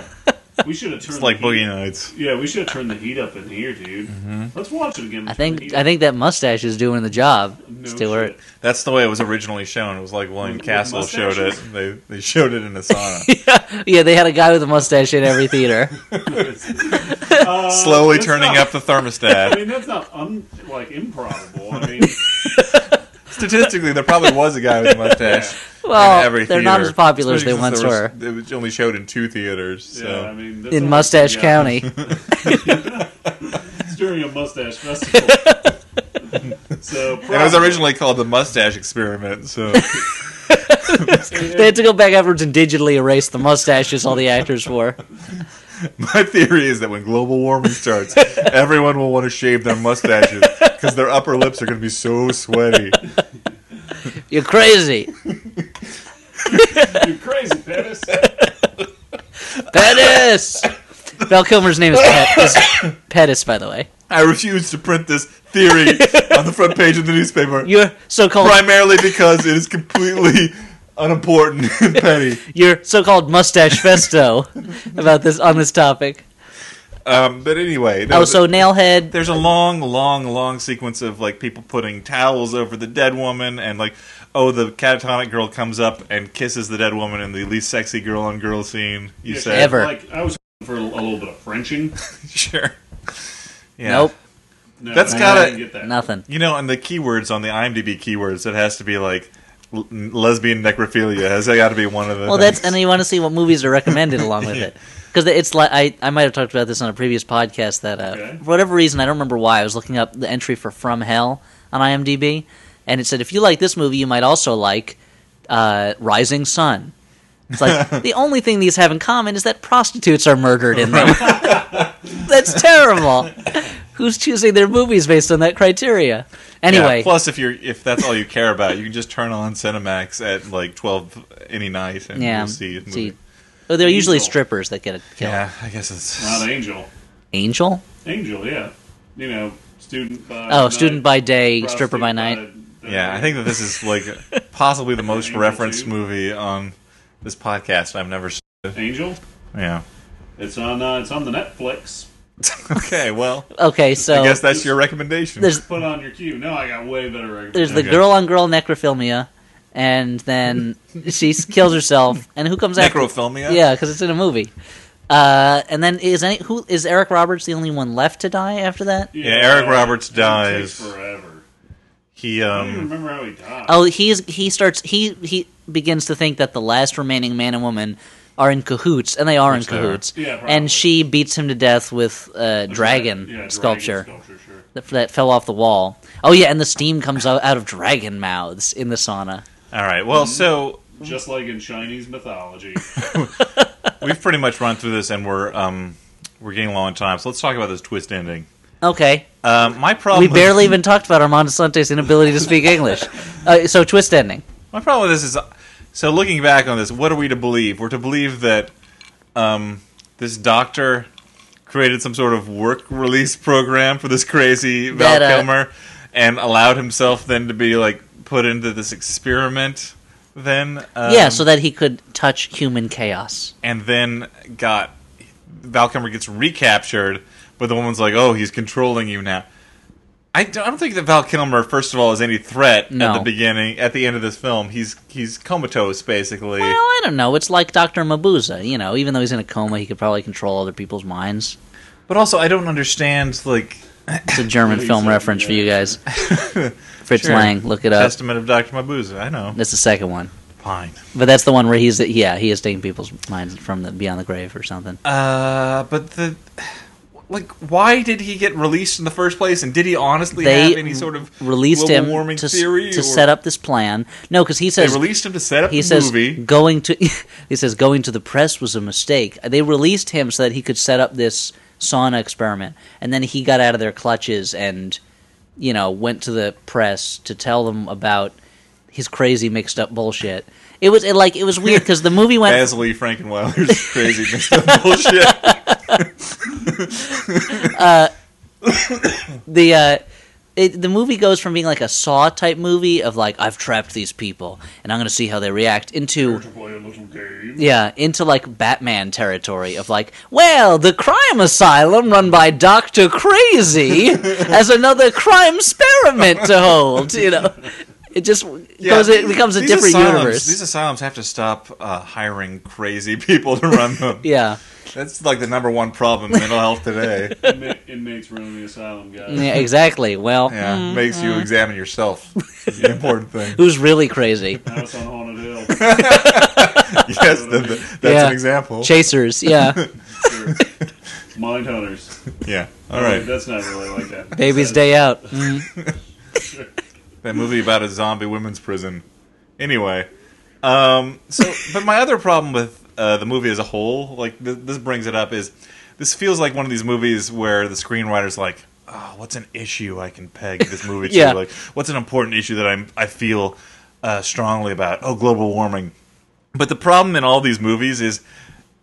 B: We should have turned
A: It's like
B: the heat.
A: Boogie Mm-hmm. Nights.
B: Yeah, we should have turned the heat up in here, dude. Let's watch it again. and
C: I
B: turn the
C: think
B: heat
C: I think that mustache is doing the job,
B: up. No
C: Stewart.
B: shit.
A: That's the way it was originally shown. It was like William
B: With
A: Castle showed it.
B: mustaches?
A: They they showed it in a sauna,
C: Yeah, they had a guy with a mustache in every theater.
B: Uh,
A: slowly
B: that's
A: turning
B: not-
A: up the
B: I
A: thermostat.
B: mean, that's not un- like improbable. I mean,
A: Statistically, there probably was a guy with a mustache.
C: Well,
A: in every
C: they're not
A: theater,
C: as popular as they
A: especially
C: once
A: since there
C: were
A: was- It was only showed in two theaters. So.
B: yeah, I mean, that's
C: in
B: all-
C: Mustache
B: yeah,
C: County.
B: It's during a mustache festival. so
A: And it was originally called the Mustache Experiment. So
C: they had to go back afterwards and digitally erase the mustaches all the actors wore.
A: my theory is that when global warming starts, everyone will want to shave their mustaches because their upper lips are going to be so sweaty.
C: You're crazy,
B: You're crazy, Pettis.
C: Pettis. Val Kilmer's name is, Pet- is Pettis, by the way.
A: I refuse to print this theory on the front page of the newspaper,
C: Your so-called
A: primarily because it is completely unimportant and petty.
C: your so-called mustache festo about this on this topic.
A: Um, but anyway, there
C: Oh,
A: was a-
C: so Nailhead.
A: there's a long, long, long sequence of like people putting towels over the dead woman, and like, oh, the catatonic girl comes up and kisses the dead woman in the least sexy girl on girl scene you
B: Yeah,
A: said.
C: Ever.
B: Like I was for a little bit of Frenching.
A: sure. Yeah.
C: Nope,
B: No,
A: That's
B: I
A: gotta-
B: didn't get that.
C: nothing.
A: You know, and the keywords on the IMDb keywords, it has to be like l- lesbian necrophilia. Has that got to be one of the?
C: Well, that's
A: things?
C: and you want to see what movies are recommended along with it because it's like I, I might have talked about this on a previous podcast that uh,
B: Okay.
C: for whatever reason I don't remember why I was looking up the entry for From Hell on IMDb and it said if you like this movie you might also like uh, Rising Sun. It's like the only thing these have in common is that prostitutes are murdered in them. that's terrible. Who's choosing their movies based on that criteria?
A: Yeah,
C: Anyway,
A: plus, if you're if that's all you care about, you can just turn on Cinemax at like twelve any night and
C: yeah,
A: you'll see. a movie.
C: see, oh, they're usually
B: Angel.
C: strippers that get a kill.
A: Yeah, I guess it's
B: Not Angel.
C: Angel.
B: Angel, yeah. You know, student by
C: Oh,
B: night,
C: student by day,
B: prostitute
C: stripper by night.
A: Yeah, I think that this is like possibly the most
B: Angel
A: referenced
B: too.
A: movie on this podcast I've never seen.
B: Angel.
A: Yeah.
B: It's on. Uh, it's on the Netflix.
A: Okay, well,
C: Okay, so
A: I guess that's your recommendation.
C: there's
B: Put on your cue. No, I got way better.
C: there's
B: recommendations.
C: the
A: Okay.
C: girl on girl necrophilia, and then she s- kills herself, and who comes after?
A: Necrophilia?
C: Yeah, because it's in a movie. Uh, and then is any who is Eric Roberts the only one left to die after that?
A: Yeah, Eric Roberts
B: it
A: dies.
B: takes forever.
A: He,
B: I don't even
A: um,
B: remember how he died.
C: Oh, he's he starts he he begins to think that the last remaining man and woman are in cahoots, and they are in
A: Which they are.
C: cahoots.
B: Yeah, probably.
C: and she beats him to death with uh, dragon
B: Yeah,
C: sculpture.
B: Dragon sculpture, sure.
C: that, that fell off the wall. Oh yeah, and the steam comes out, out of dragon mouths in the sauna.
A: all right, well, so
B: Just like in Chinese mythology.
A: we've pretty much run through this and we're, um, we're getting low on time, so let's talk about this twist ending.
C: Okay,
A: Um, my problem.
C: we
A: with-
C: barely even talked about Armando Sante's inability to speak English. Uh, so twist ending.
A: My problem with this is, so looking back on this, what are we to believe? We're to believe that um, this doctor created some sort of work release program for this crazy Val
C: That, uh,
A: Kilmer, and allowed himself then to be like put into this experiment then um,
C: yeah, so that he could touch human chaos.
A: and then got Valkymer gets recaptured, but the woman's like, "Oh, he's controlling you now." I don't, I don't think that Val Kilmer, first of all, is any threat
C: No.
A: at the beginning. At the end of this film, he's he's comatose basically.
C: Well, I don't know. It's like Doctor Mabuza. You know, even though he's in a coma, he could probably control other people's minds.
A: but also, I don't understand like
C: It's a German
B: He's
C: film
B: a-
C: reference for you guys. Fritz
A: Sure.
C: Lang, look it up.
A: Testament of Doctor Mabuza. I know.
C: That's the second one,
A: Fine.
C: but that's the one where he's yeah he is taking people's minds from the beyond the grave or something.
A: Uh, but the like, why did he get released in the first place? And did he honestly have any sort of
C: released
A: global
C: him
A: warming
C: to, s-
A: theory
C: to
A: or-
C: set up this plan. No, because he
A: They
C: says
A: released him to set up
C: he
A: the
C: says
A: movie.
C: going to he says going to the press was a mistake. They released him so that he could set up this sauna experiment, and then he got out of their clutches and you know went to the press to tell them about his crazy mixed up bullshit. It was it, like it was weird because the movie went
A: Basil E. Frankenweiler's crazy mixed up bullshit.
C: the uh, it, the movie goes from being like a Saw type movie of like I've trapped these people and I'm going to see how they react into
B: To play a little game.
C: Yeah, into like Batman territory of like, well, the crime asylum run by Doctor Crazy has another crime experiment to hold. You know, it just goes, it becomes a
A: These
C: different
A: asylums-
C: universe.
A: These asylums have to stop uh, hiring crazy people to run them.
C: yeah,
A: That's like the number one problem in mental health today.
B: Inma- inmates running the asylum, guys.
C: yeah, exactly. Well,
A: Yeah, makes
C: Mm-hmm.
A: you examine yourself. Is the important thing.
C: who's really crazy?
B: House on Haunted Hill.
A: Yes, the, the, that's
C: Yeah.
A: an example.
C: Chasers, yeah.
B: Sure. Mind Hunters.
A: yeah. All right.
B: That's not really like that. That's-
C: Baby's Day Out. Mm.
A: That movie about a zombie women's prison. Anyway, um, so but my other problem with uh, the movie as a whole, like th- this brings it up, is this feels like one of these movies where the screenwriter's like, oh, "What's an issue I can peg this movie to?
C: Yeah.
A: Like, what's an important issue that I'm I feel uh, strongly about? Oh, global warming." But the problem in all these movies is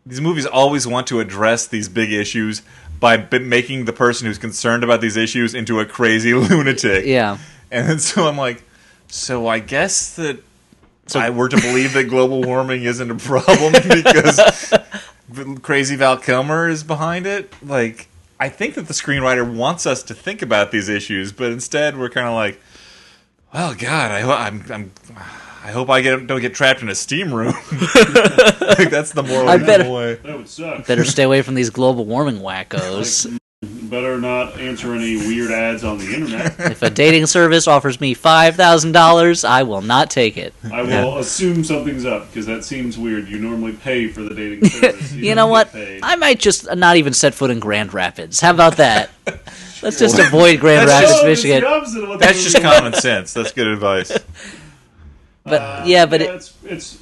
A: these movies always want to address these big issues by b- making the person who's concerned about these issues into a crazy lunatic.
C: Yeah.
A: And then so I'm like, so I guess that I were to believe that global warming isn't a problem because crazy Val Kilmer is behind it. Like, I think that the screenwriter wants us to think about these issues, but instead we're kind of like, well, God, I, ho- I'm, I'm, I hope I get, don't get trapped in a steam room. like, that's the moral
C: I
A: of the
C: better-
A: way.
B: That would suck.
C: Better stay away from these global warming wackos.
B: Better not answer any weird ads on the internet.
C: if a dating service offers me $5,000, I will not take it.
B: I will assume something's up because that seems weird. You normally pay for the dating service.
C: You
B: don't
C: know
B: get
C: what?
B: paid.
C: I might just not even set foot in Grand Rapids. How about that? Let's just avoid Grand
A: That's
C: Rapids,
A: just-
B: No, it's the
C: Michigan.
B: opposite of what the
A: That's just
B: movie-
A: common sense. That's good advice.
C: But yeah, but it,
B: it's it's.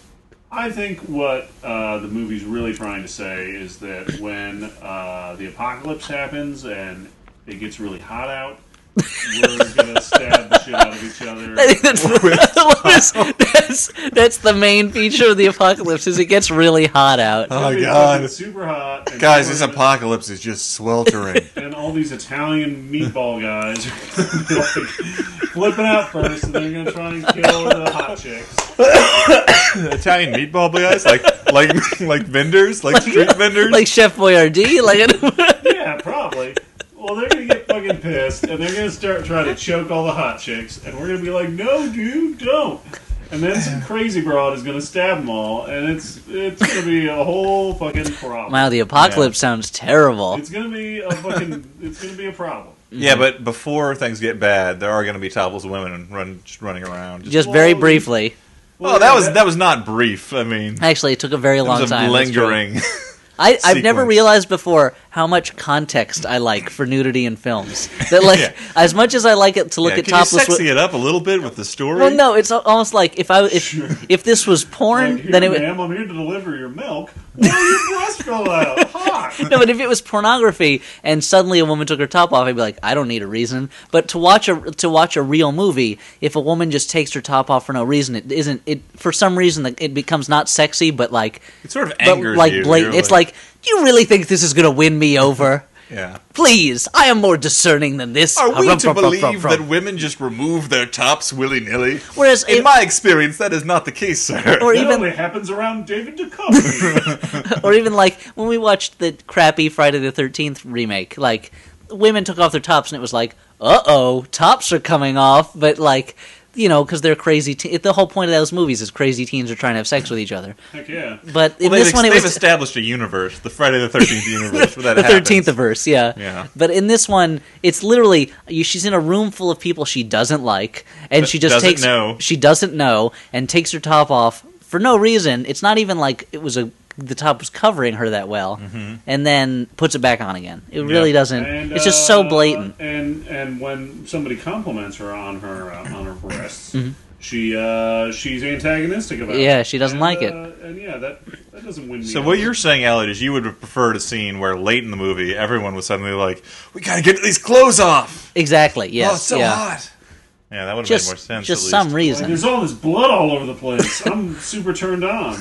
B: I think what uh, the movie's really trying to say is that when uh, the apocalypse happens and it gets really hot out, we're gonna stab the shit out of each other.
C: that's, what is- that's that's the main feature of the apocalypse is it gets really hot out.
A: Oh, my
B: It's
A: God.
B: fucking super hot, and
A: Guys,
B: we're
A: this
B: gonna-
A: apocalypse is just sweltering.
B: and all these Italian meatball guys are like, flipping out first, and they're gonna try and kill the hot chicks.
A: Italian meatball guys, like like like vendors, like street vendors.
C: Like Chef Boyardee, like
B: Yeah, probably. Well, they're gonna get fucking pissed, and they're gonna start trying to choke all the hot chicks, and we're gonna be like, "No, dude, don't." And then some crazy broad is gonna stab them all, and it's it's gonna be a whole fucking problem.
C: wow, the apocalypse sounds terrible.
B: It's gonna be a fucking it's gonna be a problem.
A: yeah, but before things get bad, there are going to be topless women run, just running around. Just,
C: Just very
B: Well,
C: briefly.
A: oh, that was that was not brief. I mean, it
C: Actually, it took a very long
A: was a
C: time. that's true.
A: lingering.
C: I, I've never
A: sequence.
C: realized before how much context I like for nudity in films. That like
A: Yeah.
C: as much as I like it to look
A: yeah,
C: at
A: can you
C: topless.
A: sexy
C: wo-
A: it up a little bit with the story?
C: well, no, it's al- almost like if I if if this was porn,
B: Like, here,
C: then it would.
B: ma'am, I'm here to deliver your milk. Why are your breasts go out? Hot.
C: No, but if it was pornography and suddenly a woman took her top off, I'd be like, I don't need a reason. But to watch a to watch a real movie, if a woman just takes her top off for no reason, it isn't it for some reason like, it becomes not sexy, but like
A: it sort of
C: but
A: angers
C: like
A: you.
C: blatant.
A: You're
C: It's like, do you really think this is gonna win me over?
A: Yeah.
C: Please, I am more discerning than this.
A: Are Ah, we
C: Rum,
A: to
C: rum, rum,
A: believe
C: rum, rum.
A: that women just remove their tops willy nilly?
C: Whereas
A: in
C: if-
A: my experience, that is not the case, sir.
C: Or
B: That
C: even
B: only happens around David Duchovny.
C: or even like when we watched the crappy Friday the Thirteenth remake, like women took off their tops and it was like, uh oh, tops are coming off, but like you know because they're crazy. Te- the whole point of those movies is crazy teens are trying to have sex with each other.
B: Heck yeah.
C: But in
A: Well, they've,
C: this one, it
A: they've
C: was
A: established a universe, the Friday the Thirteenth universe, where that
C: the
A: happens.
C: thirteenth verse, yeah.
A: Yeah.
C: But in this one, it's literally you, she's in a room full of people she doesn't like, and
A: That
C: she just
A: doesn't
C: takes
A: know.
C: she doesn't know and takes her top off for no reason. It's not even like it was a the top was covering her that well,
A: Mm-hmm.
C: and then puts it back on again. It really doesn't.
B: And,
C: it's just so
B: uh,
C: blatant.
B: And and when somebody compliments her on her uh, on her breasts, she uh, she's antagonistic about it.
C: Mm-hmm. Yeah, she doesn't
B: And,
C: like it.
B: uh, And yeah, that that doesn't win me.
A: So
B: over.
A: what you're saying, Elliot, is you would have preferred a scene where late in the movie everyone was suddenly like, "We gotta get these clothes off."
C: Exactly. Yes.
A: oh, it's so
C: yeah.
A: hot. Yeah, that would have
C: Just
A: made more sense.
C: just
A: at least.
C: some
B: Like,
C: reason.
B: there's all this blood all over the place. I'm super turned on.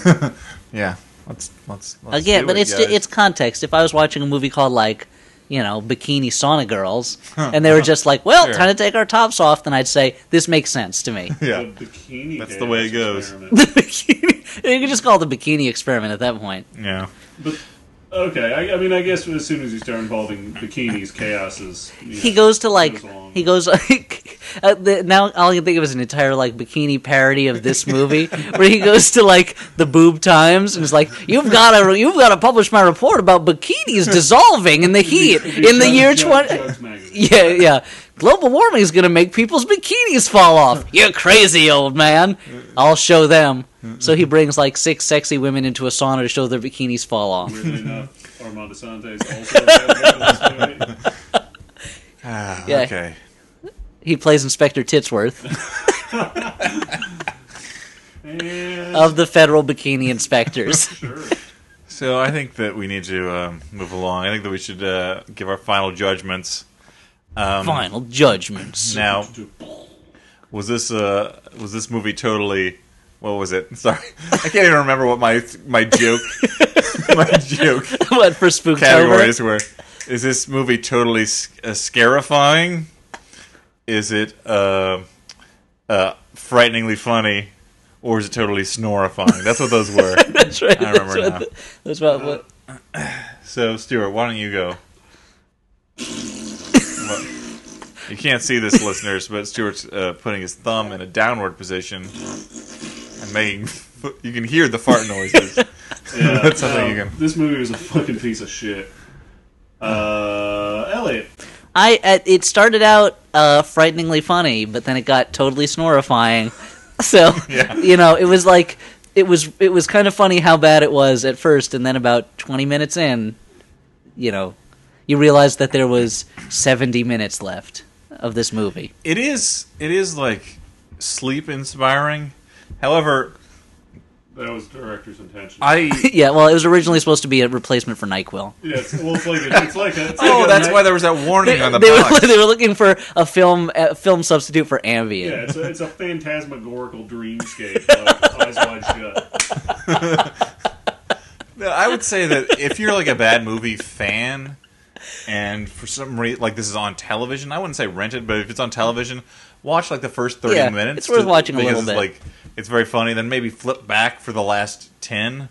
A: Yeah, let's let's, let's
C: Again,
A: do
C: but
A: it,
C: it's
A: guys.
C: it's context. If I was watching a movie called like, you know, Bikini Sauna Girls, and they were just like, "Well,
A: Sure.
C: time to take our tops off," then I'd say, "This makes sense to me."
A: yeah.
B: The bikini
A: That's the
B: chaos
A: way it goes.
B: experiment.
C: The bikini, you could just call it the bikini experiment at that point.
A: Yeah.
B: But okay, I, I mean, I guess as soon as you start involving bikinis, chaos is. you
C: He
B: know,
C: goes to like
B: goes along.
C: he goes. Like, uh, the, now all I can think of is an entire like bikini parody of this movie, where he goes to like the boob times and is like, "You've got to you've got to publish my report about bikinis dissolving in the heat in the
B: Judge-
C: year
B: Judge-
C: twenty
B: Judge magazine.
C: Yeah, yeah. Global warming is going to make people's bikinis fall off. You're crazy, old man. I'll show them. So he brings like six sexy women into a sauna to show their bikinis fall off.
B: Weirdly enough, Armando Sante's also. a bad guy in this movie.
A: Ah,
C: Yeah.
A: Okay.
C: He plays Inspector Titsworth
B: And-
C: of the Federal Bikini Inspectors.
B: Sure.
A: So I think that we need to um, move along. I think that we should uh, give our final judgments. Um,
C: Final judgments.
A: Now, was this uh, was this movie totally? What was it? Sorry, I can't even remember what my my joke my joke
C: what for Spooktober?
A: categories were. Is this movie totally s- uh, scarifying? Is it uh, uh, frighteningly funny, or is it totally snorifying? That's what those were.
C: That's right.
A: I remember
C: that's
A: now.
C: what, the- that's what, what-
A: So, Stuart, why don't you go? What- you can't see this, listeners, but Stuart's uh, putting his thumb in a downward position and making. You can hear the fart noises.
B: Yeah,
A: That's something
B: no,
A: you can-
B: This movie was a fucking piece of shit. Uh, Elliot,
C: I uh, it started out uh, frighteningly funny, but then it got totally snorifying. So
A: Yeah.
C: you know, it was like it was it was kind of funny how bad it was at first, and then about twenty minutes in, you know, you realize that there was seventy minutes left of this movie.
A: It is. It is like sleep inspiring. However,
B: that was director's intention.
A: I.
C: yeah, well, it was originally supposed to be a replacement for Nyquil.
B: yes, well, it's like a, it's like a, it's like
A: Oh,
B: a
A: that's
B: night-
A: why there was that warning on the
C: they, were,
A: box.
C: they were looking for a film a film substitute for Ambien.
B: Yeah, it's a, it's a phantasmagorical dreamscape. Like, eyes wide shut.
A: No, I would say that if you're like a bad movie fan, and for some reason, like this is on television, I wouldn't say rent it, but if it's on television, watch like the first thirty
C: Yeah,
A: minutes.
C: it's worth watching a
A: because
C: little
A: it's Like
C: bit.
A: it's very funny. Then maybe flip back for the last ten,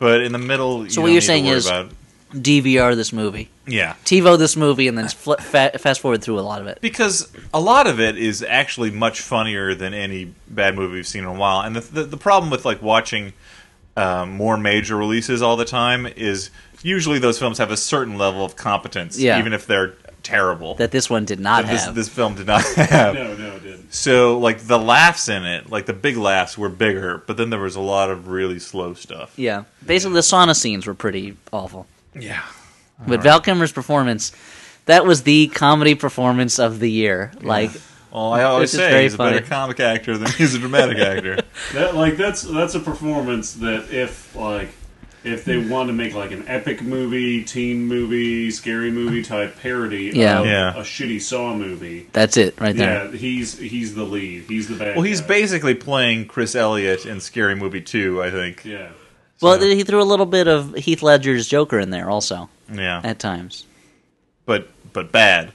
A: but in the middle. you
C: what
A: don't
C: you're
A: need to
C: saying
A: worry
C: is-
A: about-
C: DVR this movie,
A: yeah,
C: TiVo this movie, and then fl- fa- fast forward through a lot of it.
A: because a lot of it is actually much funnier than any bad movie we've seen in a while. And the the, the problem with like watching um, more major releases all the time is usually those films have a certain level of competence,
C: Yeah.
A: even if they're terrible.
C: That this one did not
A: That this
C: have.
A: this film did not have.
B: No, no, it didn't.
A: So like the laughs in it, like the big laughs were bigger, but then there was a lot of really slow stuff.
C: Yeah. Basically, the sauna scenes were pretty awful.
A: Yeah.
C: But Val Kilmer's performance, that was the comedy performance of the year. Like,
A: Well, I always
C: Which is very
A: say he's a better
C: funny.
A: comic actor than he's a dramatic actor.
B: That like that's that's a performance that if like if they want to make like an epic movie, teen movie, scary movie type parody
C: Yeah.
B: of
A: Yeah.
B: a shitty Saw movie,
C: that's it right there.
B: yeah, he's he's the lead. He's the bad.
A: Well, he's
B: guy.
A: basically playing Chris Elliott in Scary Movie 2, I think.
B: Yeah,
C: Well, he threw a little bit of Heath Ledger's Joker in there also
A: Yeah.
C: at times.
A: but but bad.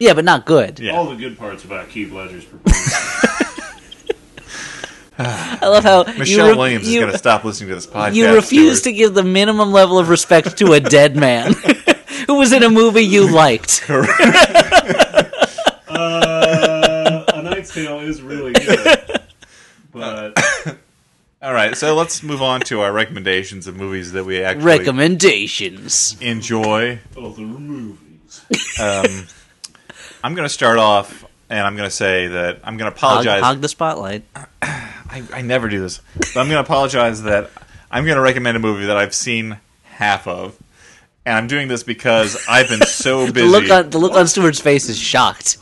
C: Yeah, but not good.
A: Yeah.
B: All the good parts about Keith Ledger's performance.
C: I love how
A: Michelle
C: you re-
A: Williams is
C: you-
A: going to stop listening to this podcast.
C: You refuse
A: Stuart.
C: to give the minimum level of respect to a dead man who was in a movie you liked.
B: uh, a Knight's Tale is really good, but
A: All right, so let's move on to our recommendations of movies that we actually
C: Recommendations.
A: enjoy.
B: other oh, movies.
A: Um, I'm going to start off, and I'm going to say that I'm going to
C: Hog,
A: apologize.
C: hog the spotlight.
A: I, I never do this, but I'm going to apologize that I'm going to recommend a movie that I've seen half of, and I'm doing this because I've been so busy.
C: The look on the look on Stewart's face is shocked.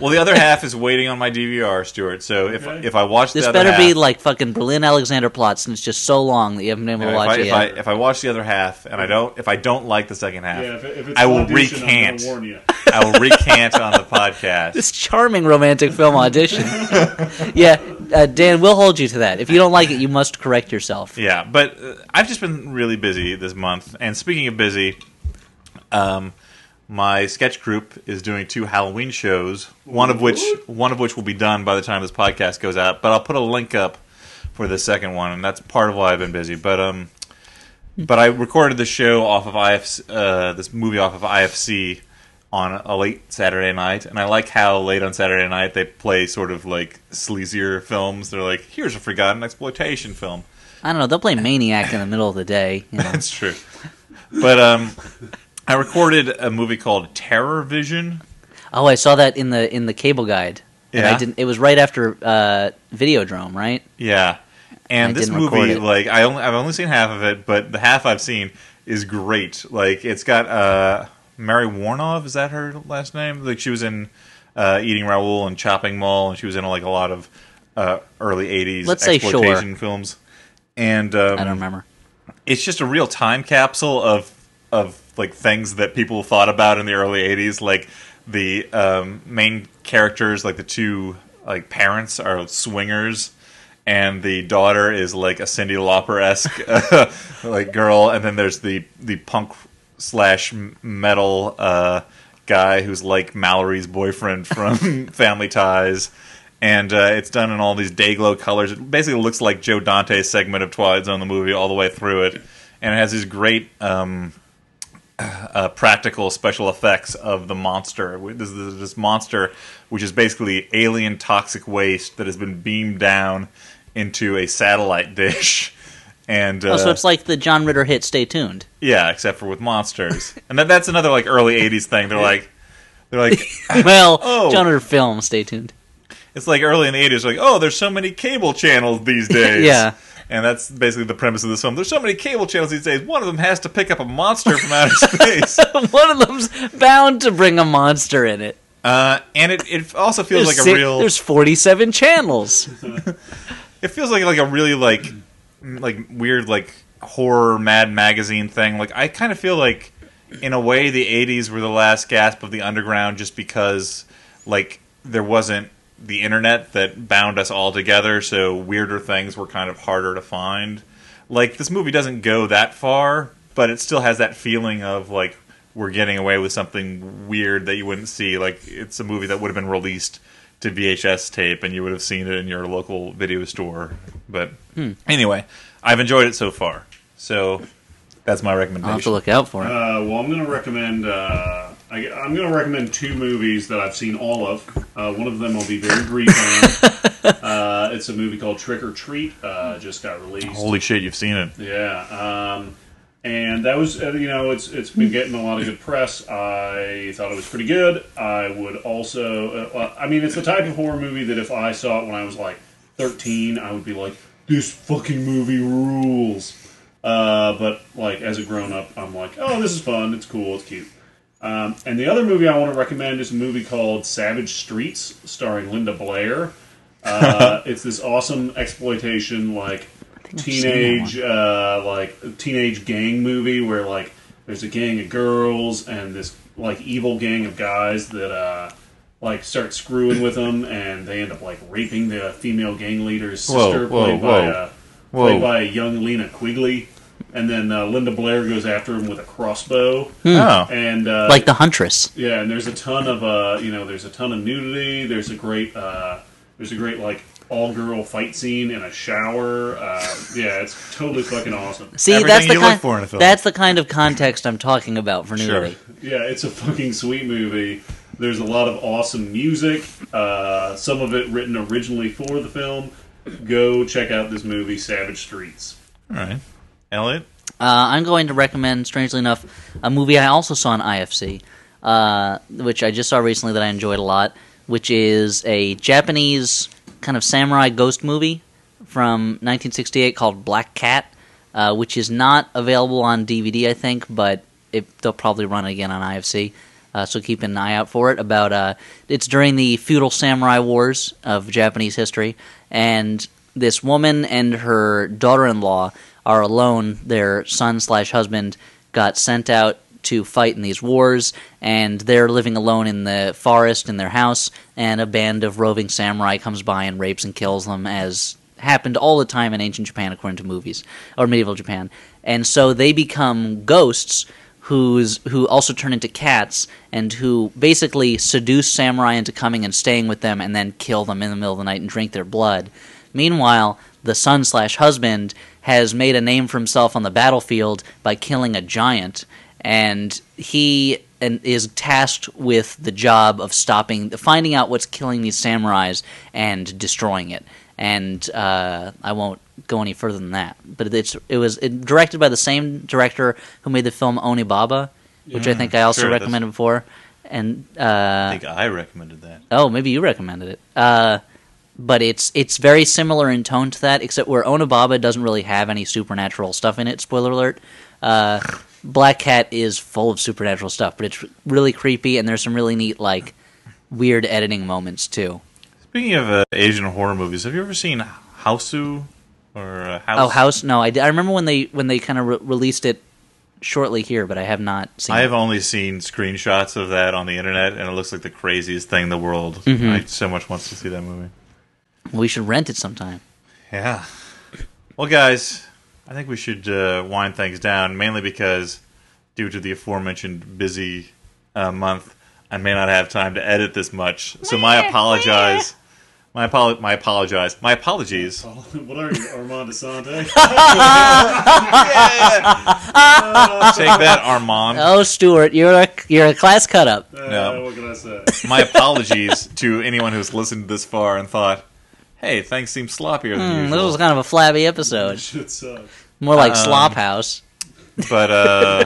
A: well, the other half is waiting on my DVR, Stuart. So if
B: Okay.
A: if I watch
C: This
A: the other
C: better
A: half,
C: be like fucking Berlin Alexander plots, and it's just so long that you haven't been able
A: you
C: to
A: know, if,
C: watch
A: I,
C: it
A: if
C: yet.
A: I if I watch the other half and I don't if I don't like the second half,
B: Yeah, if, it- if it's
A: I will
B: audition,
A: recant.
B: I'm gonna warn you.
A: I will recant on the podcast.
C: this charming romantic film audition. yeah, uh, Dan, we'll hold you to that. If you don't like it, you must correct yourself.
A: Yeah, but uh, I've just been really busy this month. And speaking of busy, um, my sketch group is doing two Halloween shows. One of which one of which will be done by the time this podcast goes out. But I'll put a link up for the second one, and that's part of why I've been busy. But um, but I recorded the show off of IFC, uh, this movie off of IFC on a late Saturday night, and I like how late on Saturday night they play sort of like sleazier films. They're like, here's a forgotten exploitation film.
C: I don't know. They'll play Maniac in the middle of the day. You know.
A: That's true. But um, I recorded a movie called Terror Vision.
C: Oh, I saw that in the in the cable guide. And
A: Yeah?
C: I didn't. It was right after uh, Videodrome, right?
A: Yeah, and
C: I
A: this
C: didn't record
A: movie,
C: it.
A: like, I only I've only seen half of it, but the half I've seen is great. Like, it's got uh, Mary Warnoff. Is that her last name? Like, she was in uh, Eating Raoul and Chopping Mall, and she was in like a lot of uh, early '80s
C: Let's say sure.
A: exploitation films. And um,
C: I don't remember.
A: it's just a real time capsule of of like things that people thought about in the early 80s like the um, main characters like the two like parents are swingers and the daughter is like a Cindy Lauper-esque uh, like girl and then there's the the punk slash metal uh, guy who's like Mallory's boyfriend from Family Ties and uh, it's done in all these dayglow colors. It basically looks like Joe Dante's segment of Twilight Zone, the movie, all the way through it, and it has these great um, uh, practical special effects of the monster. This, this, this monster, which is basically alien toxic waste that has been beamed down into a satellite dish, and uh,
C: oh, so it's like the John Ritter hit "Stay Tuned."
A: yeah, except for with monsters, and that, that's another like early '80s thing. They're like, they're like.
C: well,
A: Oh.
C: John Ritter film "Stay Tuned."
A: it's like early in the 80s like oh there's so many cable channels these days
C: Yeah.
A: and that's basically the premise of this film there's so many cable channels these days one of them has to pick up a monster from outer space
C: One of them's bound to bring a monster in it.
A: uh, and it, it also feels
C: There's
A: like
C: si-
A: a real
C: There's 47 channels.
A: it feels like like a really like m- like weird like horror mad magazine thing like i kind of feel like in a way the 80s were the last gasp of the underground just because like there wasn't the internet that bound us all together so weirder things were kind of harder to find like this movie doesn't go that far but it still has that feeling of like we're getting away with something weird that you wouldn't see like it's a movie that would have been released to VHS tape and you would have seen it in your local video store but anyway I've enjoyed it so far so that's my recommendation
C: I'll have to look out for it.
B: Uh, well, I'm going to recommend. Uh, I, am going to recommend two movies that I've seen all of. Uh, one of them will be very brief. on. uh, it's a movie called Trick or Treat. Uh, just got released.
A: holy shit you've seen it
B: Yeah, um, and that was uh, you know it's it's been getting a lot of good press. I thought it was pretty good. I would also, uh, well, I mean, it's the type of horror movie that if I saw it when I was like thirteen, I would be like, this fucking movie rules. Uh, but like as a grown up, I'm like, oh, this is fun. It's cool. It's cute. Um, and the other movie I want to recommend is a movie called Savage Streets, starring Linda Blair. Uh, it's this awesome exploitation, like
C: seen that
B: teenage, uh, like teenage gang movie where like there's a gang of girls and this like evil gang of guys that uh, like start screwing with them, and they end up like raping the female gang leader's
A: Whoa,
B: sister,
A: whoa,
B: played
A: whoa.
B: by uh,
A: Whoa.
B: played by young Lena Quigley. and then uh, Linda Blair goes after him with a crossbow.
A: Oh.
B: And uh,
C: Hmm. like the huntress.
B: Yeah, and there's a ton of uh, you know, there's a ton of nudity. There's a great, uh, there's a great like all girl fight scene in a shower. Uh, yeah, it's totally fucking awesome.
C: See,
A: Everything
C: that's the
A: you
C: kind,
A: look for in a film.
C: that's the kind of context I'm talking about for
A: Sure.
C: nudity.
B: Yeah, it's a fucking sweet movie. There's a lot of awesome music. Uh, some of it written originally for the film. Go check out this movie, Savage Streets.
A: All right. Elliot?
C: Uh, I'm going to recommend, strangely enough, a movie I also saw in IFC, uh, which I just saw recently that I enjoyed a lot, which is a Japanese kind of samurai ghost movie from 1968 called Black Cat, uh, which is not available on DVD, I think, but it, they'll probably run it again on IFC. Uh, so keep an eye out for it. About uh, it's during the feudal samurai wars of Japanese history, and this woman and her daughter-in-law are alone. Their son slash husband got sent out to fight in these wars, and they're living alone in the forest in their house. And a band of roving samurai comes by and rapes and kills them, as happened all the time in ancient Japan, according to movies or medieval Japan. And so they become ghosts who's who also turn into cats and who basically seduce samurai into coming and staying with them and then kill them in the middle of the night and drink their blood. Meanwhile, the son slash husband has made a name for himself on the battlefield by killing a giant, and he and is tasked with the job of stopping, finding out what's killing these samurais and destroying it. And uh, I won't go any further than that. But it's it was it, directed by the same director who made the film Onibaba, which I think I also
A: sure, that's-
C: recommended before. And uh,
A: I think I recommended that.
C: Oh, maybe you recommended it. Uh, but it's it's very similar in tone to that, except where Onababa doesn't really have any supernatural stuff in it. Spoiler alert. Uh, Black Cat is full of supernatural stuff, but it's really creepy, and there's some really neat like weird editing moments too.
A: Speaking of uh, Asian horror movies, have you ever seen Houseu or uh, House?
C: Oh, House? No, I, did- I remember when they when they kind of re- released it shortly here, but I have not seen.
A: I
C: it.
A: have only seen screenshots of that on the internet, and it looks like the craziest thing in the world.
C: Mm-hmm.
A: I so much wants to see that movie.
C: We should rent it sometime.
A: Yeah. Well, guys, I think we should uh, wind things down, mainly because due to the aforementioned busy uh, month, I may not have time to edit this much. So my apologize. My apolo- my apologize. My apologies.
B: Oh, what are you, Armand Asante?
A: Take that, Armand.
C: Oh, Stuart, you're a, you're a class cut up.
B: Uh,
A: No.
B: What can I say?
A: my apologies to anyone who's listened this far and thought, "Hey, things seem sloppier than
C: Hmm, this
A: usual." Uh,
C: was kind of a flabby episode,
B: Shit sucks.
C: more like Slop House.
A: But uh,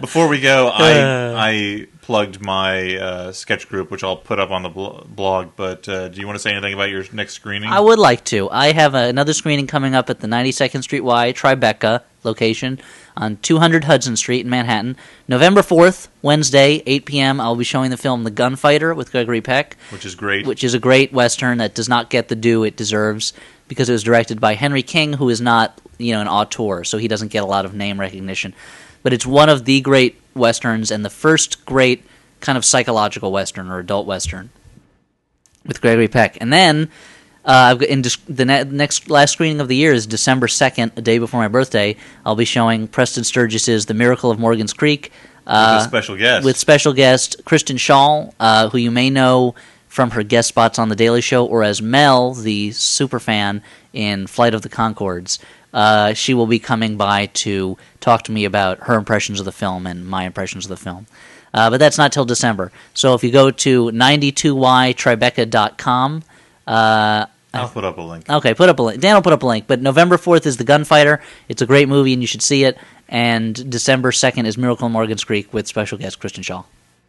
A: before we go, I I plugged my uh, sketch group, which I'll put up on the blo- blog. But uh, do you want to say anything about your next screening?
C: I would like to. I have a, another screening coming up at the 92nd Street Y Tribeca location on 200 Hudson Street in Manhattan. November 4th, Wednesday, 8 p.m., I'll be showing the film The Gunfighter with Gregory Peck,
A: which is great.
C: which is a great Western that does not get the due it deserves because it was directed by Henry King, who is not, you know, an auteur, so he doesn't get a lot of name recognition. But it's one of the great Westerns and the first great kind of psychological Western or adult Western with Gregory Peck. And then uh, I've got in dis- the ne- next last screening of the year is December second, a day before my birthday. I'll be showing Preston Sturgis's "The Miracle of Morgan's Creek"
A: with
C: uh,
A: a special guest.
C: with special guest Kristen Shaw, uh, who you may know from her guest spots on The Daily Show or as Mel, the superfan in Flight of the Concords. Uh, she will be coming by to talk to me about her impressions of the film and my impressions of the film. Uh, but that's not till December. So if you go to 92ytribeca.com, uh,
A: I'll put up a link.
C: Okay, put up a link. Dan will put up a link. But November 4th is The Gunfighter. It's a great movie and you should see it. And December 2nd is Miracle in Morgan's Creek with special guest Kristen Shaw.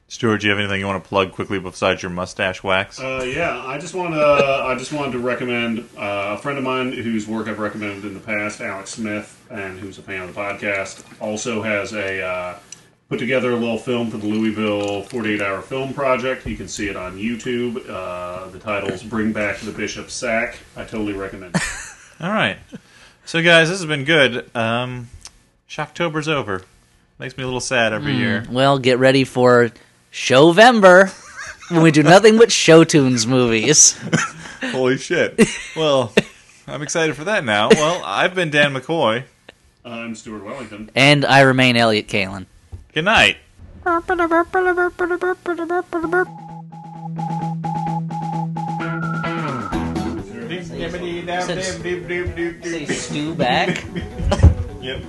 A: Stuart, do you have anything you want to plug quickly besides your mustache wax?
B: Uh, yeah, I just want to. I just wanted to recommend uh, a friend of mine whose work I've recommended in the past, Alex Smith, and who's a fan of the podcast. Also has a uh, put together a little film for the Louisville 48 Hour Film Project. You can see it on YouTube. Uh, the title's "Bring Back the Bishop Sack." I totally recommend. it.
A: All right. So, guys, this has been good. Um, Shocktober's over. Makes me a little sad every
C: Hmm.
A: year.
C: Well, get ready for Showvember when we do nothing but show tunes movies.
A: Holy shit. Well, I'm excited for that now. Well, I've been Dan McCoy.
B: I'm Stuart Wellington.
C: And I remain Elliot Kalen.
A: Good night.
C: Say Stu back.
A: Yep.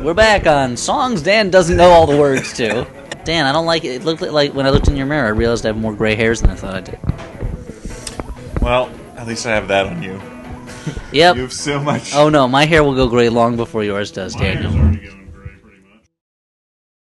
C: We're back on songs Dan doesn't know all the words to. Dan, I don't like it. It looked like when I looked in your mirror, I realized I have more gray hairs than I thought I did.
A: Well, at least I have that on you.
C: Yep.
A: You have so much.
C: Oh no, my hair will go gray long before yours does,
B: Mine
C: Daniel.
B: is our